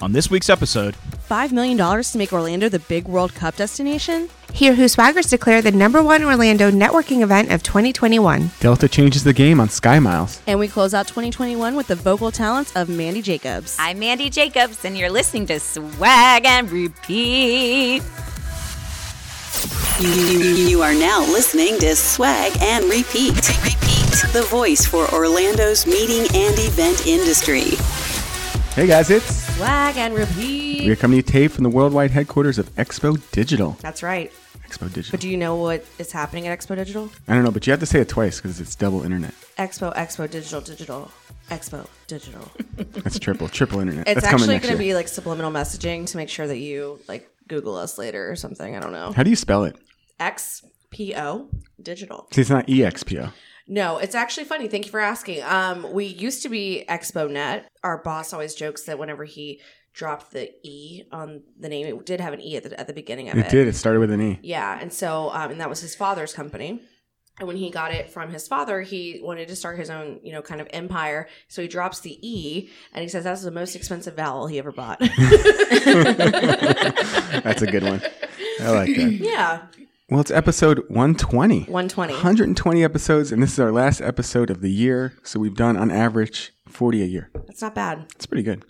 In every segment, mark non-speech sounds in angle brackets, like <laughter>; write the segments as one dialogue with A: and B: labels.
A: On this week's episode,
B: $5 million to make Orlando the big World Cup destination?
C: Hear Who Swaggers declare the number one Orlando networking event of 2021.
D: Delta changes the game on Sky Miles.
B: And we close out 2021 with the vocal talents of Mandy Jacobs.
E: I'm Mandy Jacobs, and you're listening to Swag and Repeat.
F: You, you- you are now listening to Swag and Repeat. Repeat. The voice for Orlando's meeting and event industry.
D: Hey guys, it's
B: Swag and repeat.
D: we're coming to you today from the worldwide headquarters of Expo Digital.
B: That's right.
D: Expo Digital.
B: But do you know what is happening at Expo Digital?
D: I don't know, but you have to say it twice because it's double internet.
B: Expo, Expo Digital, Digital, Expo Digital.
D: That's triple, triple
B: <laughs>
D: internet.
B: It's
D: That's coming
B: actually
D: next
B: going to
D: year.
B: be like subliminal messaging to make sure that you like Google us later or something. I don't know.
D: How do you spell it?
B: XPO Digital.
D: See, it's not E EXPO.
B: No, it's actually funny. Thank you for asking. Um, we used to be ExpoNet. Our boss always jokes that whenever he dropped the E on the name, it did have an E at the, at the beginning of it.
D: It did. It started with an E.
B: Yeah, and so um, and that was his father's company. And when he got it from his father, he wanted to start his own, you know, kind of empire. So he drops the E, and he says that's the most expensive vowel he ever bought.
D: That's a good one. I like that.
B: yeah,
D: Well, it's episode 120.
B: one twenty.
D: 120 episodes, and this is our last episode of the year. So we've done on average 40 a year.
B: That's not bad.
D: It's pretty good.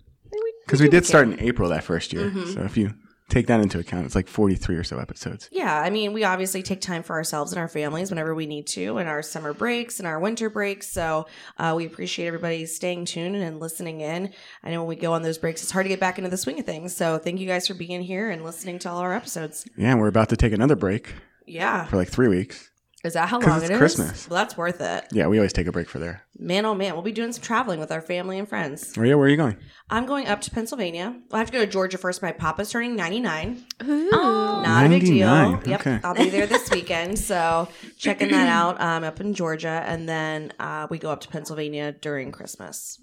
D: Because we did start in April that first year.
B: Mm-hmm.
D: So if you take that into account, it's like 43 or so episodes.
B: Yeah, I mean, we obviously take time for ourselves and our families whenever we need to, and our summer breaks and our winter breaks. So uh, we appreciate everybody staying tuned and listening in. I know when we go on those breaks, it's hard to get back into the swing of things. So thank you guys for being here and listening to all our episodes.
D: Yeah, and we're about to take another break
B: Yeah,
D: for like three weeks.
B: is that how
D: 'Cause
B: long
D: it's
B: it is?
D: Christmas.
B: Well, that's worth it.
D: Yeah, we always take a break for there.
B: Man, oh man, we'll be doing some traveling with our family and friends.
D: Maria, where are you going?
B: I'm going up to Pennsylvania. I have to go to Georgia first. My papa's turning 99.
E: Oh,
B: Not a big deal.
D: 99,
B: Yep,
D: okay.
B: I'll be there this weekend.
D: <clears throat>
B: So checking that out. Um, up in Georgia, and then uh, we go up to Pennsylvania during Christmas.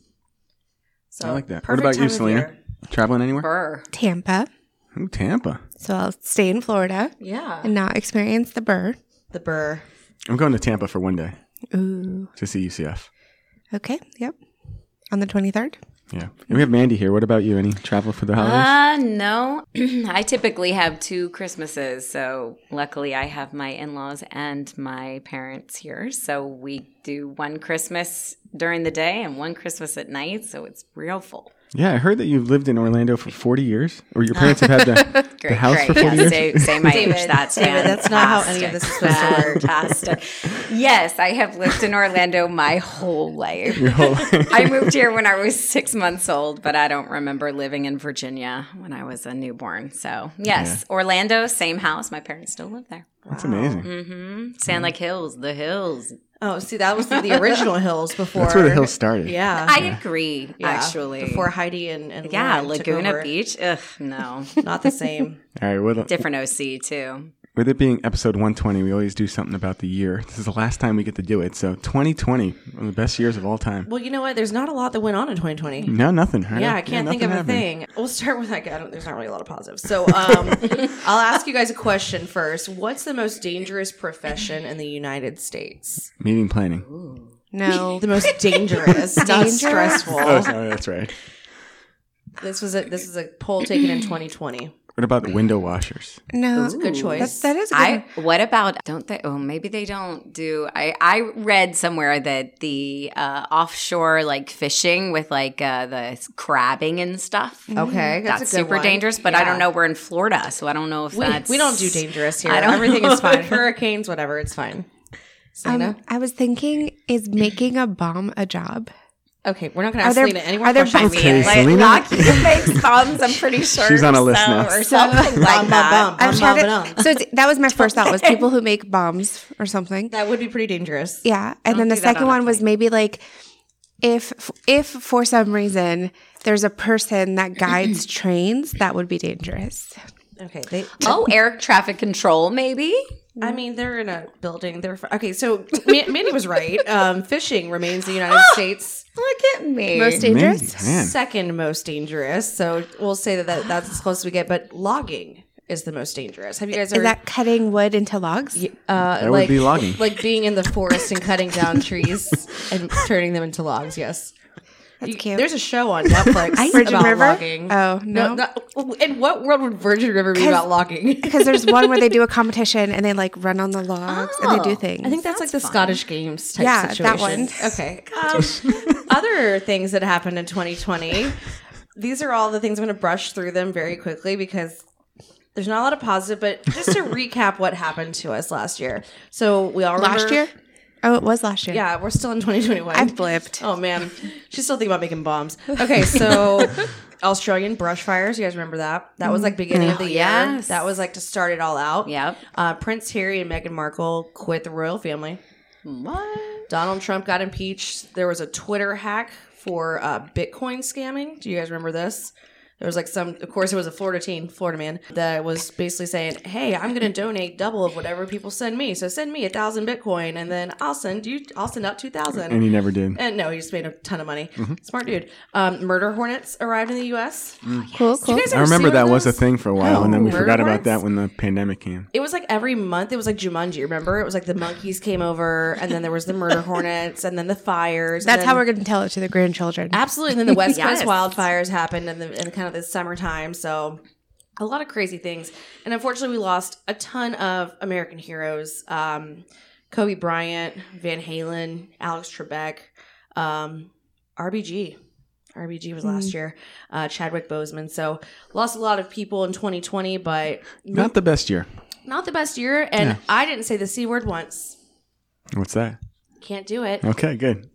B: So
D: I like that. What
B: perfect
D: about
B: time
D: you,
B: of
D: Selena?
B: year.
D: Traveling anywhere?
E: burr.
C: Tampa.
D: Ooh, Tampa.
C: So I'll stay in Florida
B: Yeah,
C: and not experience the burr.
B: the burr.
D: I'm going to Tampa for one day
C: Ooh.
D: to see UCF.
C: Okay. Yep. On the 23rd.
D: Yeah. And we have Mandy here. What about you? Any travel for the holidays?
E: Uh, no. <clears throat> I typically have two Christmases, so luckily I have my in-laws and my parents here. So we do one Christmas during the day and one Christmas at night, so it's real full.
D: yeah, I heard that you've lived in Orlando for 40 years, or your parents have
B: <laughs>
D: had the, the house for 40
E: yeah,
D: years.
E: Say, say my age.
B: David,
E: That's
B: David, that's not how any of this is supposed to work.
E: Fantastic. yes, I have lived in Orlando my whole life.
D: Your whole life.
E: <laughs> I moved here when I was six months old, but I don't remember living in Virginia when I was a newborn. So, yes, Orlando, same house. My parents still live there.
D: That's amazing.
E: Mm-hmm. Sand Lake Hills, the hills.
B: Oh, see, that was the
E: <laughs>
B: original hills before.
D: That's where the hill started.
B: Oh, Yeah,
E: I agree,
B: Yeah.
E: actually.
B: before Heidi and, and
E: yeah,
B: Lauren took
E: Laguna
B: over.
E: Beach. Ugh,
B: <laughs>
E: no.
B: Not the
E: <laughs>
B: same.
D: All right. With,
E: Different OC, too.
D: with it being episode 120, we always do something about the year. This is the last time we get to do it. So 2020, one of the best years of all time.
B: well, you know what? There's not a lot that went on in 2020.
D: No, nothing. right?
B: Yeah, I can't
D: nothing
B: think of
D: happened.
B: a thing. We'll start with like I don't, there's not really a lot of positives. So um, I'll ask you guys a question first. What's the most dangerous profession in the United States?
D: Meeting planning.
C: No.
B: The <laughs> most dangerous, not
C: Dangerous?
D: Oh,
B: stressful.
D: sorry, that's right.
B: This was a this is a poll taken in 2020.
D: What about the window washers?
C: <laughs> no.
B: It's a good choice.
C: That's, that is a good.
E: I what about don't they oh maybe they don't do I I read somewhere that the uh, offshore like fishing with like uh, the crabbing and stuff
B: okay,
E: that's,
B: Mm, a good
E: super
B: one.
E: dangerous but I
B: Yeah.
E: don't know we're in Florida so I don't know if
B: We,
E: that's
B: we don't do dangerous here.
E: I don't
B: Everything
E: know.
B: is fine. Hurricanes, whatever, it's fine.
C: Um,
B: Selena?
C: I was thinking, is making a bomb a job?
B: okay, we're not going to
C: are
B: ask
C: there-
B: Selena any more
C: are there
B: questions.
C: bombs? Okay,
E: like
D: Selena- <laughs>
E: Lockheed makes bombs I'm pretty sure
D: She's on a list
E: so-
D: now.
E: or something like
B: Bomb, bomb, bomb.
E: that
C: I'm trying to-
B: bombing on.
C: So it's, that was <laughs> my first thought was people who make bombs or something.
B: That would be pretty dangerous.
C: Yeah, and then the
E: do that
C: second
E: on a
C: one was
E: plane.
C: maybe like if if for some reason there's a person that guides trains, that would be dangerous.
B: Okay, they,
E: oh air traffic control maybe
C: Mm-hmm.
B: I mean, they're in a building. They're okay. So Ma- Mandy was right. Um, fishing remains the
C: <gasps>
B: United States'
E: look at me
C: Most dangerous.
D: Mandy, man.
B: second most dangerous. So we'll say that, that that's as close as we get. But logging is the most dangerous. Have you guys
C: Is
B: ever
C: that cutting wood into logs?
B: uh,
D: That would be logging.
B: Like being in the forest and cutting down trees and turning them into logs. Yes.
C: That's
B: You-
C: cute.
B: There's a show on
C: <laughs>
B: Netflix
C: Virgin
B: about
C: River?
B: logging.
C: Oh,
B: no,
C: no.
B: no. In what world would Virgin River be
C: 'Cause-
B: about logging?
C: Because there's one where they do a competition and they like run on the logs and they
E: Oh,
C: do things.
B: I think that's like the Scottish Games type
C: Yeah, that
B: situation. <laughs>
C: one.
B: Okay.
C: <laughs>
B: Um, other things that happened in 2020. These are all the things I'm going to brush through them very quickly because there's not a lot of positive. But just
C: <laughs>
B: to recap, what happened to us last year? So we all remember,
C: last year. Oh, it was last year.
B: Yeah, we're still in 2021.
C: I blipped.
B: Oh man, she's still thinking about making bombs. Okay, so <laughs> Australian brush fires. You guys remember that? That was like beginning of the year.
E: yes.
B: That was like to start it all out.
E: Yep.
B: Uh, Prince Harry and Meghan Markle quit the royal family.
E: What?
B: Donald Trump got impeached. There was a Twitter hack for uh, Bitcoin scamming. Do you guys remember this? There was like some, of course, it was a Florida teen, Florida man, that was basically saying, "Hey, I'm going to donate double of whatever people send me. So send me a thousand Bitcoin, and then I'll send you, I'll send out two thousand.
D: And he Mm-hmm. never did.
B: And no, he just made a ton of money. Smart dude. Um, murder hornets arrived in the U.S.
C: Cool, cool.
B: You guys
D: I
B: ever
D: remember
B: see one
D: that
B: of
D: was a
B: those?
D: thing for a while, and then we
B: Oh.
D: forgot
B: Murder
D: about that
B: hornets?
D: when the pandemic came.
B: It was like every month. It was like Jumanji. Remember? It was like the monkeys came over, and then there was the murder hornets, and then the fires. and
C: That's how
B: then-
C: we're going to tell it to the grandchildren.
B: absolutely. And then the West
E: Yes.
B: Coast wildfires happened, and the and kind of the summertime. So a lot of crazy things. And unfortunately, we lost a ton of American heroes. Um, Kobe Bryant, Van Halen, Alex Trebek, um, RBG. RBG was last year. Uh, Chadwick Boseman. So lost a lot of people in 2020, but
D: Not the best year.
B: not the best year. And
D: Yeah.
B: I didn't say the c word once.
D: What's that?
B: Can't do it.
D: Okay, good.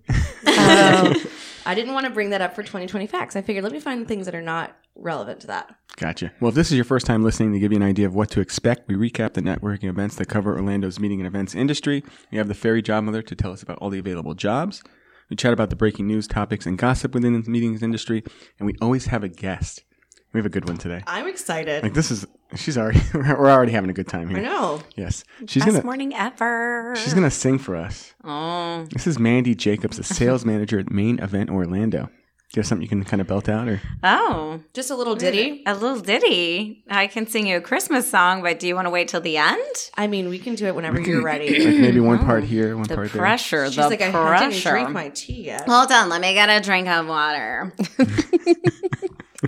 B: I didn't want to bring that up for 2020 facts. I figured let me find things that are not relevant to that.
D: Gotcha. Well, if this is your first time listening, to give you an idea of what to expect, we recap the networking events that cover Orlando's meeting and events industry. We have the Fairy Job Mother to tell us about all the available jobs. We chat about the breaking news, topics, and gossip within the meetings industry. And we always have a guest. We have a good one today.
B: I'm excited.
D: Like this is she's already <laughs> we're already having a good time
B: I
D: here.
B: know.
D: Yes, she's
E: Best
D: gonna
E: morning ever.
D: she's gonna sing for us.
E: oh,
D: This is Mandy Jacobs, a
E: <laughs>
D: sales manager at Main Event Orlando. Do you have something you can kind of belt out or?
E: oh,
B: Just a little ditty.
E: a little ditty. I can sing you a Christmas song, but do you want to wait till the end?
B: I mean, we can do it whenever you're
D: Like
E: <clears throat>
B: ready.
D: maybe one part here, one
E: Oh, The
D: part there.
E: pressure.
B: She's
E: the
B: like, I
E: pressure.
B: haven't even drank my tea yet.
E: Hold on, let me get a drink
B: <laughs>
E: of water.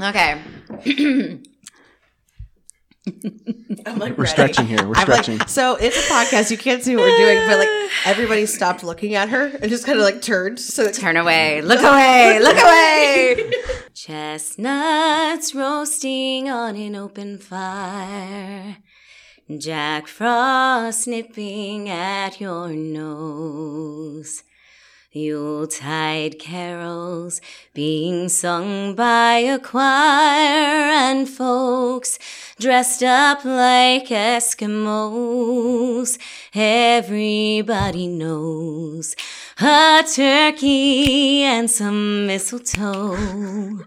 E: okay.
B: I'm like,
D: We're
B: ready.
D: stretching here. We're
B: I'm like-
D: stretching.
B: so it's a podcast. You can't see what we're doing, but like everybody stopped looking at her and just kind of like turned. So that
E: Turn away. Look away. Look away. <laughs> Chestnuts roasting on an open fire. Jack Frost nipping at your nose. Yuletide carols being sung by a choir and folks dressed up like Eskimos. Everybody knows a turkey and some mistletoe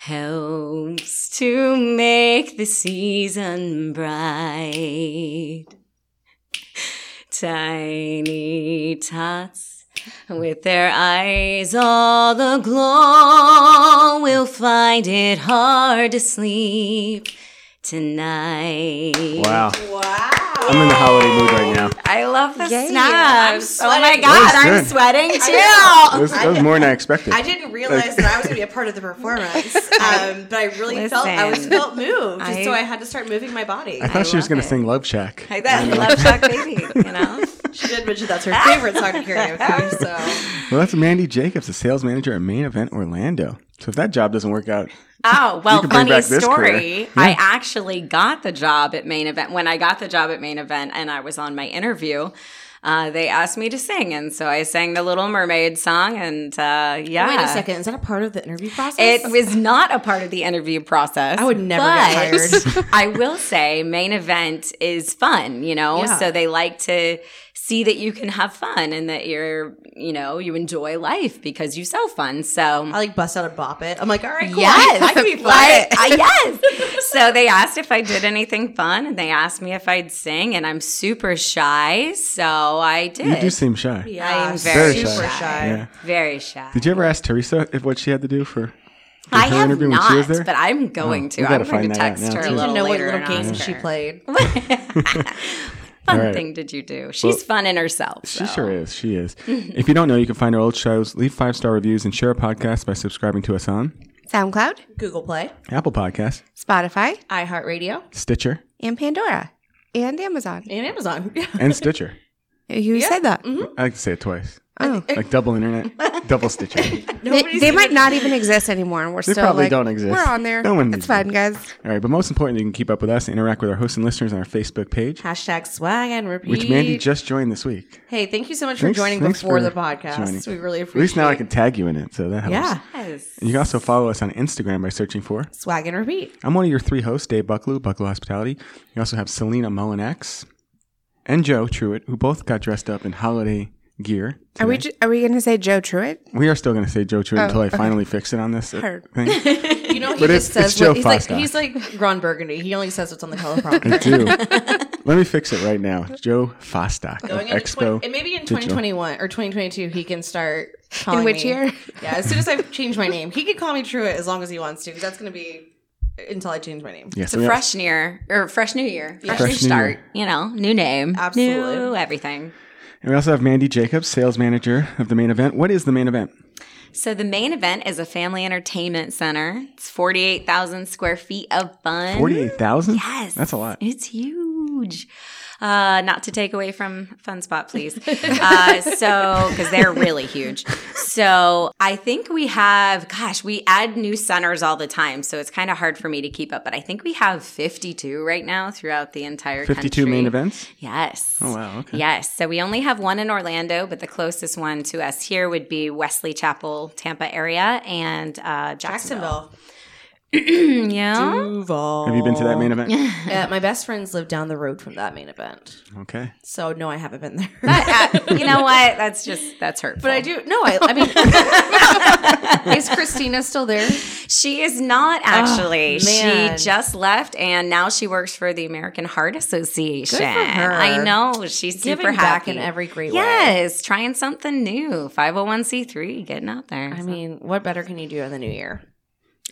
E: helps to make the season bright. Tiny tots with their eyes all aglow will find it hard to sleep tonight.
D: Wow. Wow. I'm in the holiday mood right now.
E: I love the
C: Yeah.
E: snaps. Oh my god,
D: was
E: I'm
D: good.
E: sweating
D: That
E: too.
D: was, that was more than I expected.
B: I didn't realize that I was going to be a part of the performance, um, but I really felt I was
E: Listen.
B: felt moved,
E: I-
B: so I had to start moving my body.
D: I thought she was
E: love
D: going to
E: it.
D: sing Love Shack.
E: Like that love shock baby, you know? <laughs>
B: She did mention that's her favorite song to karaoke. <laughs> So
D: Well, that's Mandy Jacobs, the sales manager at Main Event Orlando. So if that job doesn't work out,
E: Oh, well,
D: can bring
E: funny
D: back this
E: story.
D: career.
E: I
D: Yeah.
E: actually got the job at main event. When I got the job at main event and I was on my interview, uh, they asked me to sing. And so I sang the Little Mermaid song. And uh, yeah.
B: wait a second, is that a part of the interview process?
E: It was not a part of the interview process.
B: I would never get
E: but <laughs> I will say, main event is fun, you know?
B: Yeah.
E: So they like to see that you can have fun and that you're, you know, you enjoy life because you sell fun. So
B: I like bust out a bop it. I'm like, all right, cool.
E: Yes,
B: I, I can
E: <laughs>
B: be fun.
E: Like, uh, yes. So they asked if I did anything fun, and they asked me if I'd sing, and I'm super shy, so I did.
D: you do seem shy.
B: Yeah,
E: I'm very
B: super
E: shy.
B: shy.
D: Yeah.
E: Very shy.
D: Did you ever ask Teresa if what she had to do for, for
E: I
D: her
E: have
D: interview when
E: not,
D: she was there?
E: but I'm going
D: Oh,
E: to.
D: we
E: I'm
D: gotta find
E: going to
D: that out
E: text
D: now,
E: her a
D: too.
E: little
B: You know what
E: later
B: little
E: and ask
B: games she
E: her.
B: played.
E: fun
D: All right.
E: thing did you do? She's fun in herself.
D: She
E: so.
D: sure is. She is. if you don't know, you can find our old shows, leave five star reviews, and share our podcast by subscribing to us on
C: SoundCloud,
B: Google Play,
D: Apple Podcasts,
C: Spotify,
B: iHeartRadio,
D: Stitcher,
C: and Pandora, and Amazon.
B: and Amazon. <laughs>
D: and Stitcher.
C: You said that.
D: I like to say it twice. Like double internet, double Stitcher.
C: They, they might not even exist anymore. We're
D: They
C: still
D: probably
C: like,
D: don't exist.
C: We're on there.
D: No one
C: it's
D: needs
C: fun,
D: them.
C: guys.
D: All right, but most important, you can keep up with us and interact with our hosts and listeners on our Facebook page,
B: Hashtag swag and repeat.
D: which Mandy just joined this week.
B: hey, thank you so much for
D: Thanks-
B: joining
D: thanks
B: before
D: for
B: the podcast.
D: joining.
B: We really
D: At
B: appreciate.
D: least now I can tag you in it, so that helps.
B: Yeah,
E: Yes.
D: And you can also follow us on Instagram by searching for.
B: swag and repeat.
D: I'm one of your three hosts, Dave Bucklew, Bucklew Hospitality. You also have Selena Mullinax and Joe Truitt, who both got dressed up in holiday gear.
C: Are we? ju- Are we going to say Joe Truitt?
D: We are still going to say Joe Truitt until I finally fix it on this uh,
C: Heard.
D: thing.
B: You
D: <laughs>
B: know, he
D: But it's-
B: just says
D: it's Joe
B: what, he's like
D: Fosta.
B: he's like Ron Burgundy. He only says what's on the
D: <laughs>
B: color
D: I
B: prompter.
D: do. Let me fix it right now. Joe Fostock of
B: Going into
D: Expo.
B: 20 and maybe in
D: Digital.
B: 2021 or 2022 he can start. Calling
C: In which
B: me.
C: year?
B: Yeah, as soon
C: <laughs>
B: as I change my name, he can call me Truitt as long as he wants to. Because that's going to be until I change my name.
D: Yes,
E: It's a
D: we are-
E: fresh year or fresh new year, fresh,
D: Fresh
E: new
D: new
E: start.
D: year.
E: You know, new name,
B: Absolutely.
E: new everything.
D: And we also have Mandy Jacobs, sales manager of the main event. What is the main event?
E: So the main event is a family entertainment center. It's forty-eight thousand square feet of fun.
D: 48,000?
E: Yes.
D: That's a lot.
E: It's huge. Uh, not to take away from Fun
B: <laughs>
E: Spot, please. Uh, so, because they're really huge. So, I think we have, gosh, we add new centers all the time. So, it's kind of hard for me to keep up, but I think we have 52 right now throughout the entire
D: 52 main
E: country.
D: events?
E: Yes.
D: Oh, wow. Okay.
E: Yes. So we only have one in Orlando, but the closest one to us here would be Wesley Chapel, Tampa area, and uh,
B: Jacksonville.
E: Jacksonville. Mm, yeah.
B: Duval.
D: Have you been to that main event?
B: <laughs> Uh, my best friends live down the road from that main event,
D: okay.
B: so no, I haven't been there. <laughs>
E: But, uh, you know what? That's just, that's hurtful.
B: But I do. No, I. <laughs> I mean, is
E: <laughs>
B: Christina still there?
E: She is not actually.
B: Ah, man.
E: she just left and now she works for the American Heart Association.
B: her.
E: I know. She's super
B: Giving back
E: happy.
B: in every great way.
E: Yes, trying something new. 501c3, getting out there.
B: I mean, what better can you do in the new year?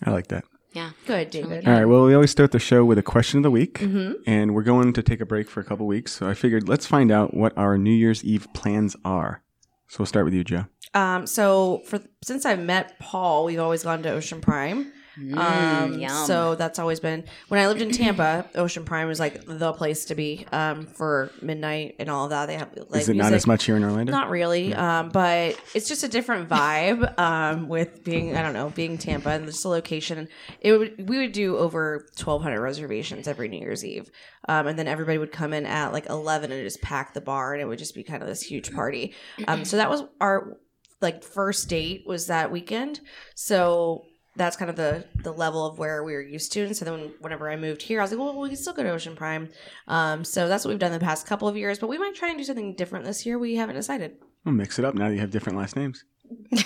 D: I like that.
E: yeah.
B: Good, David.
D: All right. Well, we always start the show with a question of the week, and we're going to take a break for a couple weeks. So I figured let's find out what our New Year's Eve plans are. So we'll start with you, Joe.
B: Um, so for since I met Paul, we've always gone to Ocean Prime. Um,
E: Mm, yum.
B: so that's always been when I lived in Tampa, Ocean Prime was like the place to be um, for midnight and all of that. They have like
D: Is it not
B: music.
D: as much here in Orlando?
B: Not really, um, but it's just a different vibe <laughs> um, with being I don't know being Tampa and just the location. It would we would do over twelve hundred reservations every New Year's Eve, um, and then everybody would come in at like eleven and just pack the bar, and it would just be kind of this huge party. Um, so that was our like first date was that weekend. So that's kind of the the level of where we were used to. And so then whenever I moved here, I was like, well, we can still go to Ocean Prime. Um, so that's what we've done the past couple of years, but we might try and do something different this year. We haven't decided.
D: We'll mix it up now that you have different last names.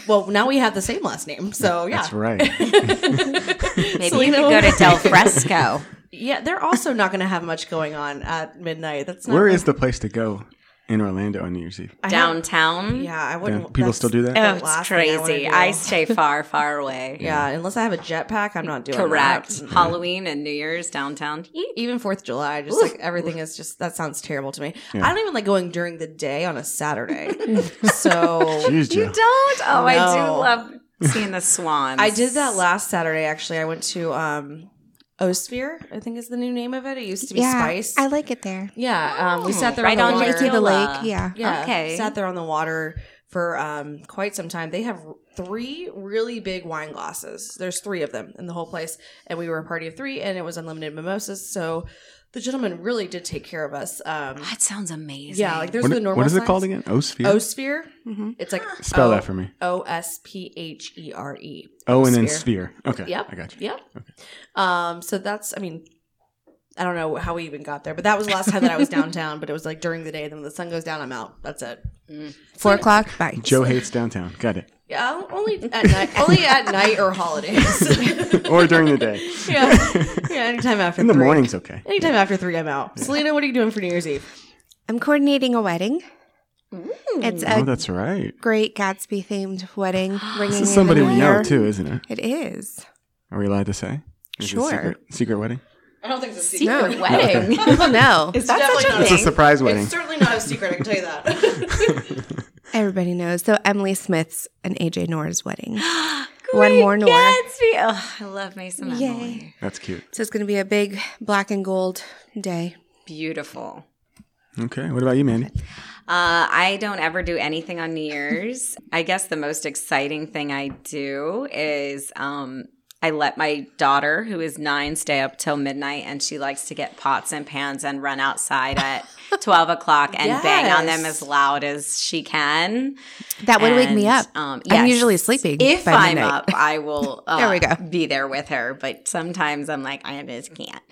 B: Well, now we have the same last name, so yeah.
D: That's right.
E: Maybe
B: Selena
E: you could go
B: will- <laughs>
E: to Del Fresco.
B: Yeah, they're also not going to have much going on at midnight. That's not
D: Where is the place to go in Orlando on New Year's Eve?
B: I have-
E: Downtown.
B: Yeah, I
D: Yeah,
B: wouldn't.
D: people
B: that's-
D: still do that?
E: Oh,
B: the
E: it's
B: last thing I wanna
E: crazy.
B: do. <laughs>
E: I, stay far, far away.
B: Yeah, unless I have a jetpack, I'm not doing
E: Correct.
B: that.
E: <laughs> Halloween and New Year's downtown.
B: Even Fourth of July, just like everything is just that sounds terrible to me. I don't even like going during the day on a
C: <laughs>
B: Saturday. so
D: Jeez, Joe.
E: You don't? Oh, I do
B: No.
E: love seeing the swans.
B: I did that last Saturday. Actually, I went to um, Osphere. I think is the new name of it. It used to be
C: yeah,
B: Spice.
C: I like it there.
B: yeah, um, we sat there
E: right
B: on
E: on
B: the
E: your
B: water.
C: To the
E: Tequila.
C: lake. Yeah.
B: Yeah,
E: Okay.
B: sat there on the water for um, quite some time. They have three really big wine glasses. There's three of them in the whole place, and we were a party of three, and it was unlimited mimosas. So the gentleman really did take care of us. Um,
E: That sounds amazing.
B: yeah, like there's
D: What,
B: the normal.
D: what is it
B: size.
D: called again? Osphere?
B: Osphere. It's like
D: <gasps> Spell
B: O-
D: that for me.
B: O S P H E R E.
D: Oh, and then
B: Sphere.
D: sphere. Okay.
B: Yep.
D: I got you.
B: Yep. Um, so that's, I mean, I don't know how we even got there, but that was the last time that
D: <laughs>
B: I was downtown, but it was like during the day. Then when the sun goes down, I'm out. That's it.
C: Four o'clock. Bye. <laughs>
D: Joe hates downtown. Got it.
B: Yeah, only <laughs> at night, only at night or holidays.
D: Or during the day.
B: <laughs> yeah. yeah, anytime after
D: In the
B: three.
D: morning's okay.
B: Anytime after three, I'm out. Selena, what are you doing for New Year's Eve?
C: I'm coordinating a wedding. It's
D: Oh,
C: a
D: that's right.
C: great Gatsby themed
E: <gasps>
C: wedding. Ringing
D: This
C: in
D: is somebody
C: the
D: we know
C: year.
E: <laughs>
D: too, isn't it?
C: It is.
D: Are we allowed to say? Is it
C: Sure.
D: Secret, secret wedding?
B: I don't think it's a secret.
E: Secret
C: No. <laughs>
E: wedding.
C: no,
E: Is that
B: definitely
E: such
B: not
E: a
B: a
D: It's a
E: thing?
D: surprise wedding.
B: It's certainly not a secret. I can tell you that.
C: everybody knows. So Emily Smith's and AJ Noor's
E: <gasps>
C: wedding. One more Noor.
E: Gatsby. Oh, I love Mason
C: Yay.
E: Emily.
D: That's cute.
C: So it's going to be a big black and gold day.
E: Beautiful.
D: Okay. What about you, Mandy?
E: Uh, I don't ever do anything on New Year's. I guess the most exciting thing I do is um, I let my daughter, who is nine, stay up till midnight, and she likes to get pots and pans and run outside at twelve o'clock and bang on them
B: Yes.
E: as loud as she can.
C: That would wake me
E: And,
C: up.
E: um,
C: I'm
E: yes.
C: usually sleeping.
E: If
C: by
E: I'm
C: midnight.
E: up, I will
C: <laughs>
E: uh,
C: There we go.
E: be there with her. But sometimes I'm like, I
C: <laughs>
E: just can't.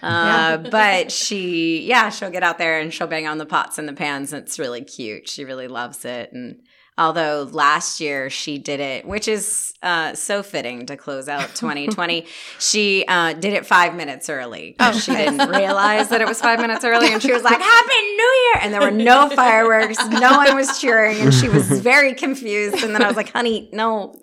E: Uh, But she, yeah, she'll get out there and she'll bang on the pots and the pans. It's really cute. She really loves it. And although last year she did it, which is uh, so fitting to
C: <laughs>
E: close out 2020, she uh, did it five minutes early. 'cause
C: Oh,
E: she
C: nice.
E: didn't realize that it was five minutes early. And she was like, Happy New Year. And there
C: <laughs>
E: were no fireworks. No one was cheering. And she was very confused. And then I was like, honey, no,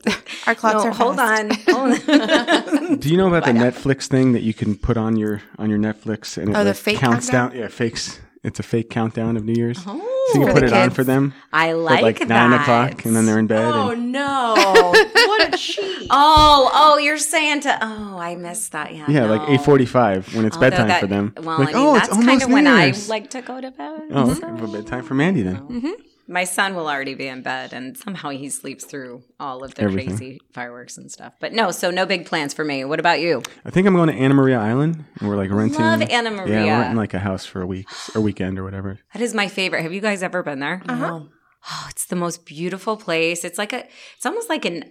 C: Our clocks
E: no,
C: are
E: hold
C: fast.
E: on.
C: <laughs>
E: Hold on.
D: Do you know about the Netflix thing that you can put on your on your Netflix and it
C: Oh, the
D: like,
C: fake
D: counts
C: countdown?
D: down? Yeah, fakes. It's a fake countdown of New Year's.
E: Oh.
D: so you
C: For
D: can
C: the
D: put it on
C: kids.
D: for them
E: I like,
D: at like
E: that.
D: nine o'clock, and then they're in bed.
B: <laughs> oh
D: and
B: no! What a cheat!
E: Oh, oh, you're saying to oh, I missed that. Yeah,
D: yeah,
E: no.
D: like eight forty-five when it's
E: Although
D: bedtime
E: that-
D: for them.
E: Well,
D: like,
E: I mean,
D: oh,
E: that's
D: it's almost
E: kind of when
D: New
E: I
D: Year's.
E: like to go to bed.
D: Oh,
E: so-
D: okay. well, bedtime for Mandy then.
E: My son will already be in bed, and somehow he sleeps through all of the
D: Everything.
E: crazy fireworks and stuff. But no, so no big plans for me. What about you?
D: I think I'm going to Anna Maria Island. And we're like renting.
E: Love Anna
D: Yeah,
E: Maria.
D: we're renting like a house for a week or weekend or whatever.
E: That is my favorite. Have you guys ever been there?
C: Uh-huh.
B: No.
E: Oh, it's the most beautiful place. It's like a. It's almost like an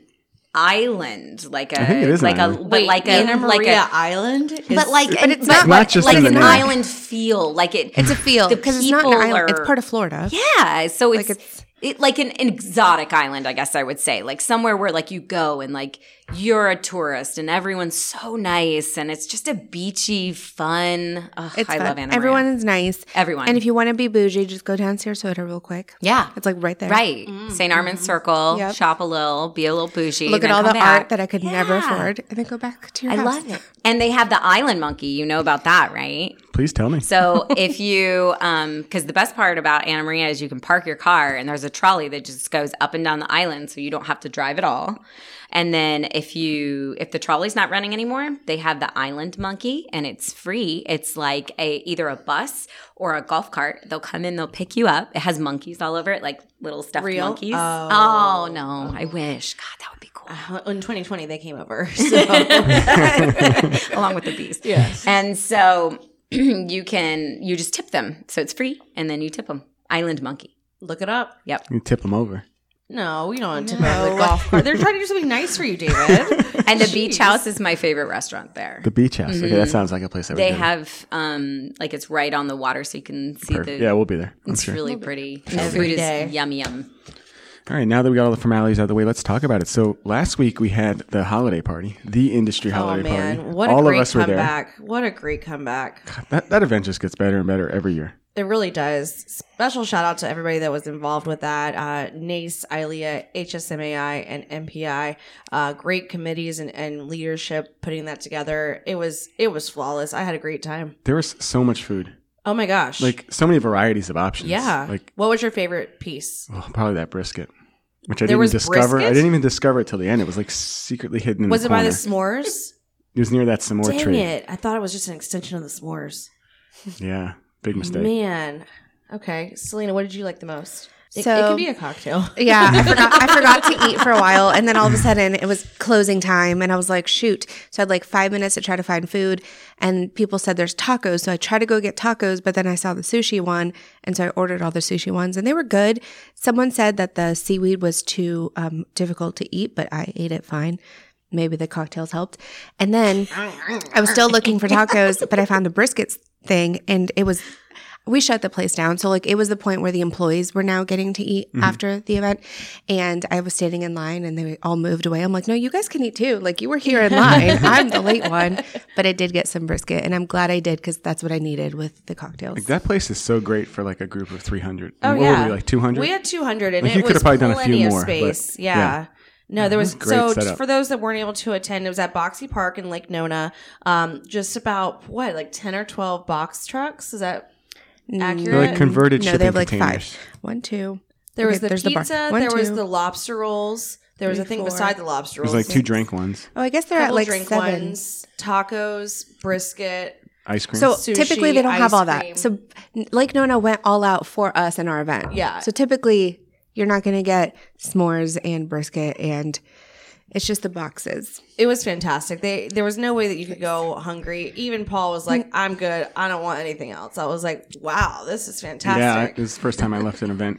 E: island, like a,
D: think it is an
E: like a,
D: island.
E: but
B: Wait,
E: like a,
B: Anna Maria
E: like a.
B: Island,
E: But like,
C: But it's not-
D: not just
E: like
D: in the
E: an
D: name.
E: island feel. Like it,
C: It's a field
E: The
C: because it's not an
E: people
C: island.
E: are-
C: It's part of Florida.
E: Yeah, so it's
C: Like
E: like, it, like an, an exotic island, I guess I would say, like somewhere where like you go and like you're a tourist and everyone's so nice and it's just a beachy, fun. Ugh,
C: It's
E: I
C: fun.
E: love Anna Maria.
C: Everyone is nice.
E: everyone,
C: And if you want to be bougie, just go down Sarasota real quick.
E: yeah,
C: It's like right there.
E: right, St. Armand's Circle,
C: Mm, Yep.
E: shop a little, be a little bougie.
C: Look at
E: then
C: all
E: come
C: the
E: back.
C: art that I could never
E: Yeah.
C: afford, and then go back to your
E: I
C: house.
E: love it. And they have the island monkey. You know about that, right?
D: Please tell me.
E: So
B: <laughs>
E: if you, um, because the best part about Anna Maria is you can park your car and there's a trolley that just goes up and down the island, so you don't have to drive at all. And then if you, if the trolley's not running anymore, they have the island monkey and it's free. It's like a either a bus or a golf cart. They'll come in, they'll pick you up. It has monkeys all over it, like little stuffed
B: Real?
E: monkeys.
B: Oh.
E: Oh. no, I wish. God, that would be cool.
B: <laughs> in 2020 they came
D: <laughs>
B: over. So.
E: along with the
B: <laughs>
E: bees.
B: Yes.
E: And so <clears throat> you can you just tip them, so it's free, and then you tip them. Island monkey.
B: Look it up.
E: Yep.
D: You tip them over.
B: No, we don't want to tip over the golf cart. They're trying to do something nice
D: <laughs>
B: for you, David.
E: And the beach house is my favorite restaurant there.
D: The beach house. Okay, that sounds like a place I would
E: they
D: go to.
E: have um like it's right on the water, so you can see
D: Perfect.
E: the.
D: Yeah, we'll be there. I'm
E: it's
D: sure.
E: really pretty. And the
B: Every
E: food
B: day.
E: is yum yum.
D: All right, now that we got all the formalities out of the way, let's talk about it. So last week we had the holiday party, the industry
B: oh
D: holiday
B: man,
D: party.
B: what a
D: all
B: great
D: of us were there.
B: comeback! What a great comeback!
D: That, that event just gets better and better every year.
B: It really does. Special shout out to everybody that was involved with that. Uh, NACE, ILEA, HSMAI, and MPI. Uh, great committees and, and leadership putting that together. It was it was flawless. I had a great time.
D: There was so much food,
B: Oh my gosh!
D: like so many varieties of options.
B: yeah.
D: like
B: what was your favorite piece?
D: oh, probably that brisket, which I
B: There
D: didn't
B: was
D: discover. I
B: brisket?
D: didn't even discover it till the end. It was like secretly hidden. In
B: Was
D: the
B: it by the
D: corner.
B: s'mores?
D: It was near that s'more
B: Dang
D: tree.
B: it! I thought it was just an extension of the s'mores.
D: Yeah, big mistake.
B: Man. Okay. Selena, what did you like the most? It, it
C: So-
B: could be a cocktail. <laughs>
C: Yeah, I forgot. I forgot to eat for a while, and then all of a sudden it was closing time, and I was like, "Shoot!" So I had like five minutes to try to find food, and people said there's tacos, so I tried to go get tacos, but then I saw the sushi one, and so I ordered all the sushi ones, and they were good. Someone said that the seaweed was too um, difficult to eat, but I ate it fine. Maybe the cocktails helped, and then I was still looking
D: <laughs>
C: for tacos, but I found a brisket thing, and it was we shut the place down. So like it was the point where the employees were now getting to eat
D: Mm-hmm.
C: after the event. And I was standing in line and they all moved away. I'm like, no, you guys can eat too. Like you were
D: <laughs>
C: here in line. I'm the late one. But I did get some brisket and I'm glad I did because that's what I needed with the cocktails.
D: Like that place is so great for like a group of three hundred.
B: Oh
D: what
B: yeah,
D: were we like two hundred?
B: We had two hundred, and
D: Like,
B: it
D: you could
B: was
D: have probably done a few
B: plenty of
D: more, but-
B: space. yeah.
D: yeah. Mm-hmm.
B: No, there was
D: Great
B: so just
D: setup.
B: for those that weren't able to attend, it was at Boxy Park in Lake Nona. Um, just about what, like ten or twelve box trucks? Is that
D: They're
B: accurate?
D: like converted
C: No,
D: shipping
C: they have like
D: containers.
C: five. One, two.
B: there was
C: okay,
B: the
C: there's the bar.
B: pizza,
C: One,
B: there was
C: two,
B: the lobster rolls, there was a
C: three,
B: thing
C: four.
B: beside the lobster
D: There's
B: rolls.
D: like two drink ones,
C: Oh, I guess they're
B: couple
C: at like
B: drink
C: seven.
B: ones, tacos, brisket.
D: ice cream.
C: So
B: Sushi,
C: typically they don't
B: ice
C: have all that.
B: cream.
C: So Lake Nona went all out for us in our event.
B: Yeah.
C: So typically you're not going to get s'mores and brisket and it's just the boxes.
B: It was fantastic. They there was no way that you could go hungry. Even Paul was like, "I'm good. I don't want anything else." I was like, "Wow, this is
D: yeah, I-
B: fantastic."
D: it was the first time I left an event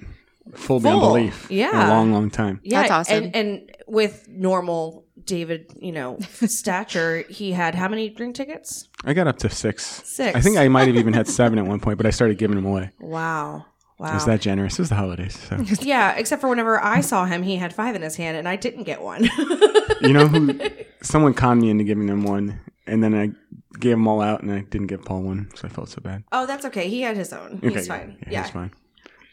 D: full, beyond
B: Full.
D: belief. in
B: Yeah.
D: a long, long time.
B: Yeah,
C: That's awesome.
B: And, and with normal David, you know, <laughs> stature, he had how many drink tickets?
D: I got up to six.
B: Six.
D: I think I might have even
B: <laughs>
D: had seven at one point, but I started giving them away.
B: Wow. Wow.
D: I was that generous. It was the holidays. So.
B: <laughs> yeah, except for whenever I saw him, he had five in his hand, and I didn't get one. <laughs>
D: you know who? Someone conned me into giving them one, and then I gave them all out, and I didn't give Paul one, so I felt so bad.
B: oh, that's okay. He had his own.
D: Okay,
B: He's
D: yeah,
B: fine.
D: Yeah,
B: Yeah,
D: he's fine.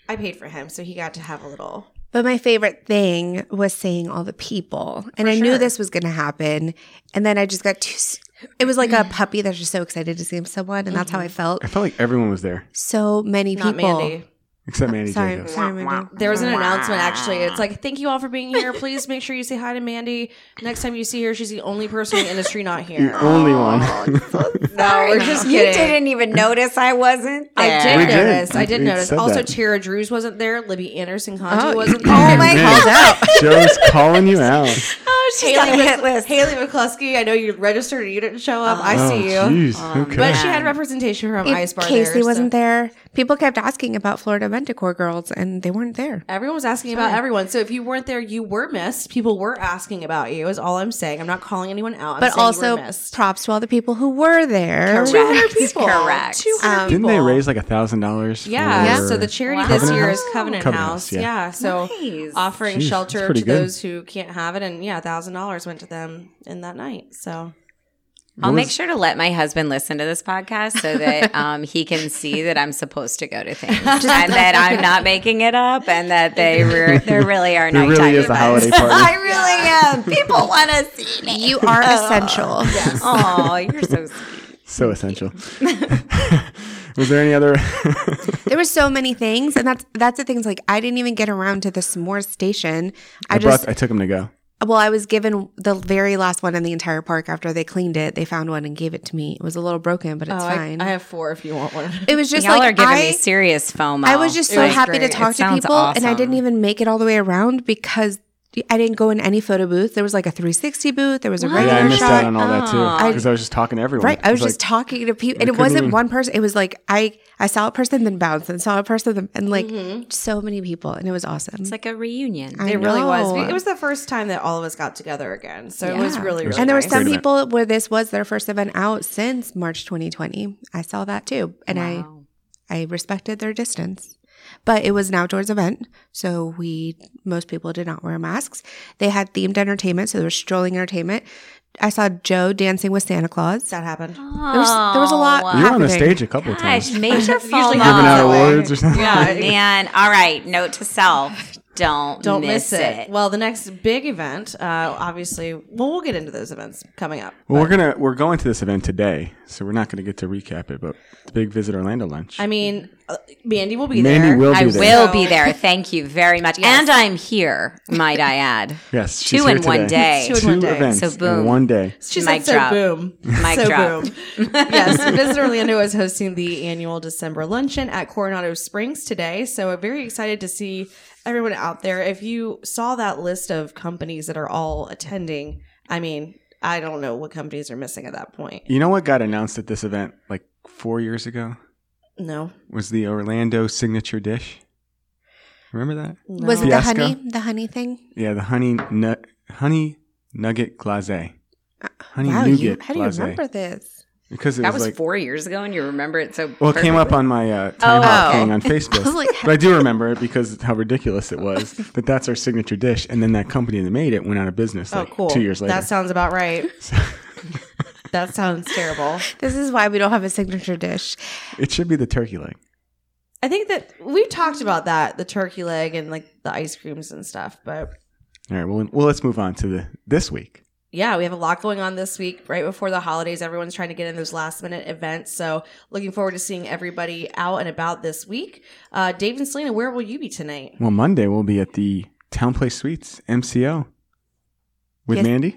B: I paid for him, so he got to have a little.
C: But my favorite thing was seeing all the people. And I
B: sure.
C: knew this was going to happen. And then I just got too, s- it
B: <sighs>
C: was like a puppy that's just so excited to see someone. And that's how I felt.
D: I felt like everyone was there
C: So many
B: Mm-hmm. Not
C: people.
B: Mandy.
D: except Mandy
C: Sorry,
D: Jacobs.
C: sorry, Mandy.
B: There was an announcement actually. It's like, thank you all for being here. Please make sure you say hi to Mandy. Next time you see her, she's the only person in the industry not here.
D: The only one. <laughs>
B: no, <laughs> we're just
E: You
B: kidding.
E: didn't even notice I wasn't there.
B: I did
D: We did.
B: notice. I
D: We-
B: did
D: we
B: notice.
D: said
B: Also,
D: that.
B: Tara Drews wasn't there. Libby Anderson Conti wasn't there.
C: Oh my
D: Man,
C: God.
D: Joe's calling you out.
E: Oh, she's got a
B: Haley,
C: <laughs>
E: hit
B: Mc-
E: list.
B: Haley McCluskey. I know you registered and you didn't show up. I see you.
D: Oh, jeez. Okay.
B: But she had representation from Ice Bar.
C: Casey
B: there, so-
C: wasn't there. People kept asking about Florida Venticore girls and they weren't there.
B: Everyone was asking about everyone. So if you weren't there, you were missed. People were asking about you. Is all I'm saying. I'm not calling anyone out. I'm
C: But
B: saying you
C: also
B: were missed.
C: props to all the people who were there.
E: Correct.
B: 200 people.
E: Correct.
B: 200
C: Um,
D: Didn't they
B: people.
D: raise like a thousand dollars?
B: Yeah.
C: Yeah.
B: So the charity
E: Wow.
B: this
D: Covenant
B: year
D: House?
B: is Covenant,
D: Covenant
B: House.
D: House, yeah.
B: Yeah. So
E: Nice.
B: offering
D: Jeez, that's
B: shelter to
D: pretty good.
B: those who can't have it, and yeah, thousand dollars went to them in that night. So
E: I'll make sure to let my husband listen to this podcast so that <laughs> um, he can see that I'm supposed to go
C: <laughs>
E: to things and that I'm not making it up and that they re-
C: <laughs>
E: there really are
D: There
E: nighttime
D: really is a holiday
E: events.
D: party.
E: <laughs> I really am. People want to
C: <laughs>
E: see me.
B: <laughs>
C: You are essential.
E: Oh, you're so
D: <laughs>
E: sweet.
D: So essential. was there any other?
C: There were so many things, and that's that's the things. Like I didn't even get around to the s'mores station. I,
D: I, brought.
C: just
D: I took them to go.
C: well, I was given the very last one in the entire park after they cleaned it. They found one and gave it to me. It was a little broken, but it's fine.
B: Oh, I, I have four if you want one.
C: it was just
E: Y'all
C: like
E: are
C: <laughs>
E: giving
C: I,
E: me serious FOMO.
C: I was just
E: It
C: so
E: was
C: happy to
E: great.
C: talk
E: It
C: to
E: sounds
C: people, and I didn't
E: awesome.
C: even make it all the way around because I didn't go in any photo booth. There was like a 360 booth. There was a
D: Yeah,
C: regular
D: I missed
C: shot.
D: out on all that too
E: Oh.
D: because I was just talking to everyone.
C: Right. I was
D: like,
C: just talking to people, and
D: I
C: it
D: couldn't
C: wasn't
D: even-
C: one person. It was like I I saw a person, then bounced, and saw a person, then, and like so many people, and it was awesome.
E: It's like a reunion.
C: I
B: Mm-hmm. It really was.
C: know.
B: It was the first time that all of us got together again, so it was
C: Yeah.
B: really, really.
C: and there were
B: nice.
C: some
D: Great event.
C: people where this was their first event out since March 2020. I saw that too, and
E: Wow.
C: I I respected their distance. But it was an outdoors event, so we most people did not wear masks. They had themed entertainment, so there was strolling entertainment. I saw Joe dancing with Santa Claus.
B: that happened.
C: There was, there was a lot.
D: you were on
C: happening.
D: the stage a couple of
E: Gosh,
C: <laughs>
D: times,
E: major
B: Usually happens
E: FOMO.
D: giving out
B: that way.
D: awards or something.
E: Oh, man. All right. Note
C: <laughs>
E: to self. Don't,
B: Don't miss it. Well, the next big event, uh, obviously, well, we'll get into those events coming up.
D: Well, we're gonna we're going to this event today, so we're not gonna get to recap it. But the big visit Orlando lunch.
B: I mean, uh, Mandy will be
D: Mandy
B: there.
D: will be
E: I
D: there.
E: will
B: So-
E: be there. Thank you very much. And I'm here, might I add.
D: <laughs> Yes,
E: Two
D: she's here
E: in one
D: today. <laughs>
E: day.
B: Two in one day.
D: events
E: So
D: in
E: boom.
D: one day.
B: She
E: Mic
B: said,
E: drop.
B: so boom.
E: Mic
B: so
E: drop.
B: boom. <laughs> yes, Visit Orlando is hosting the annual December luncheon at Coronado Springs today. So I'm very excited to see everyone out there. If you saw that list of companies that are all attending, I mean, I don't know what companies are missing at that point.
D: You know what got announced at this event like four years ago
B: No.
D: was the Orlando signature dish. Remember that?
B: no.
C: Was it the
D: Fiasco?
C: honey? The honey thing?
D: Yeah, the honey nu- honey nugget glazé. Honey
C: Wow,
D: nougat
C: you, how do you
D: glazé.
C: remember this?
D: Because it
E: That
D: was,
E: was
D: like
E: four years ago, and you remember it so.
D: well, it came up on my uh, time
E: Oh,
D: off
E: okay.
D: thing on
C: <laughs> I was
D: Facebook.
C: like,
D: but I do remember it because how ridiculous
C: <laughs>
D: it was that that's our signature dish, and then that company that made it went out of business.
B: Oh,
D: like,
B: cool.
D: Two years later.
B: That sounds about
D: <laughs>
B: right. that sounds terrible.
C: this is why we don't have a signature dish.
D: it should be the turkey leg.
B: I think that we've talked about that the turkey leg and like the ice creams and stuff, but
D: All right. Well, well, let's move on to the this week.
B: yeah, we have a lot going on this week right before the holidays. Everyone's trying to get in those last minute events. So, looking forward to seeing everybody out and about this week. Uh, Dave and Selena, where will you be tonight?
D: Well, Monday we'll be at the Town Place Suites MCO with
C: Yes.
D: Mandy.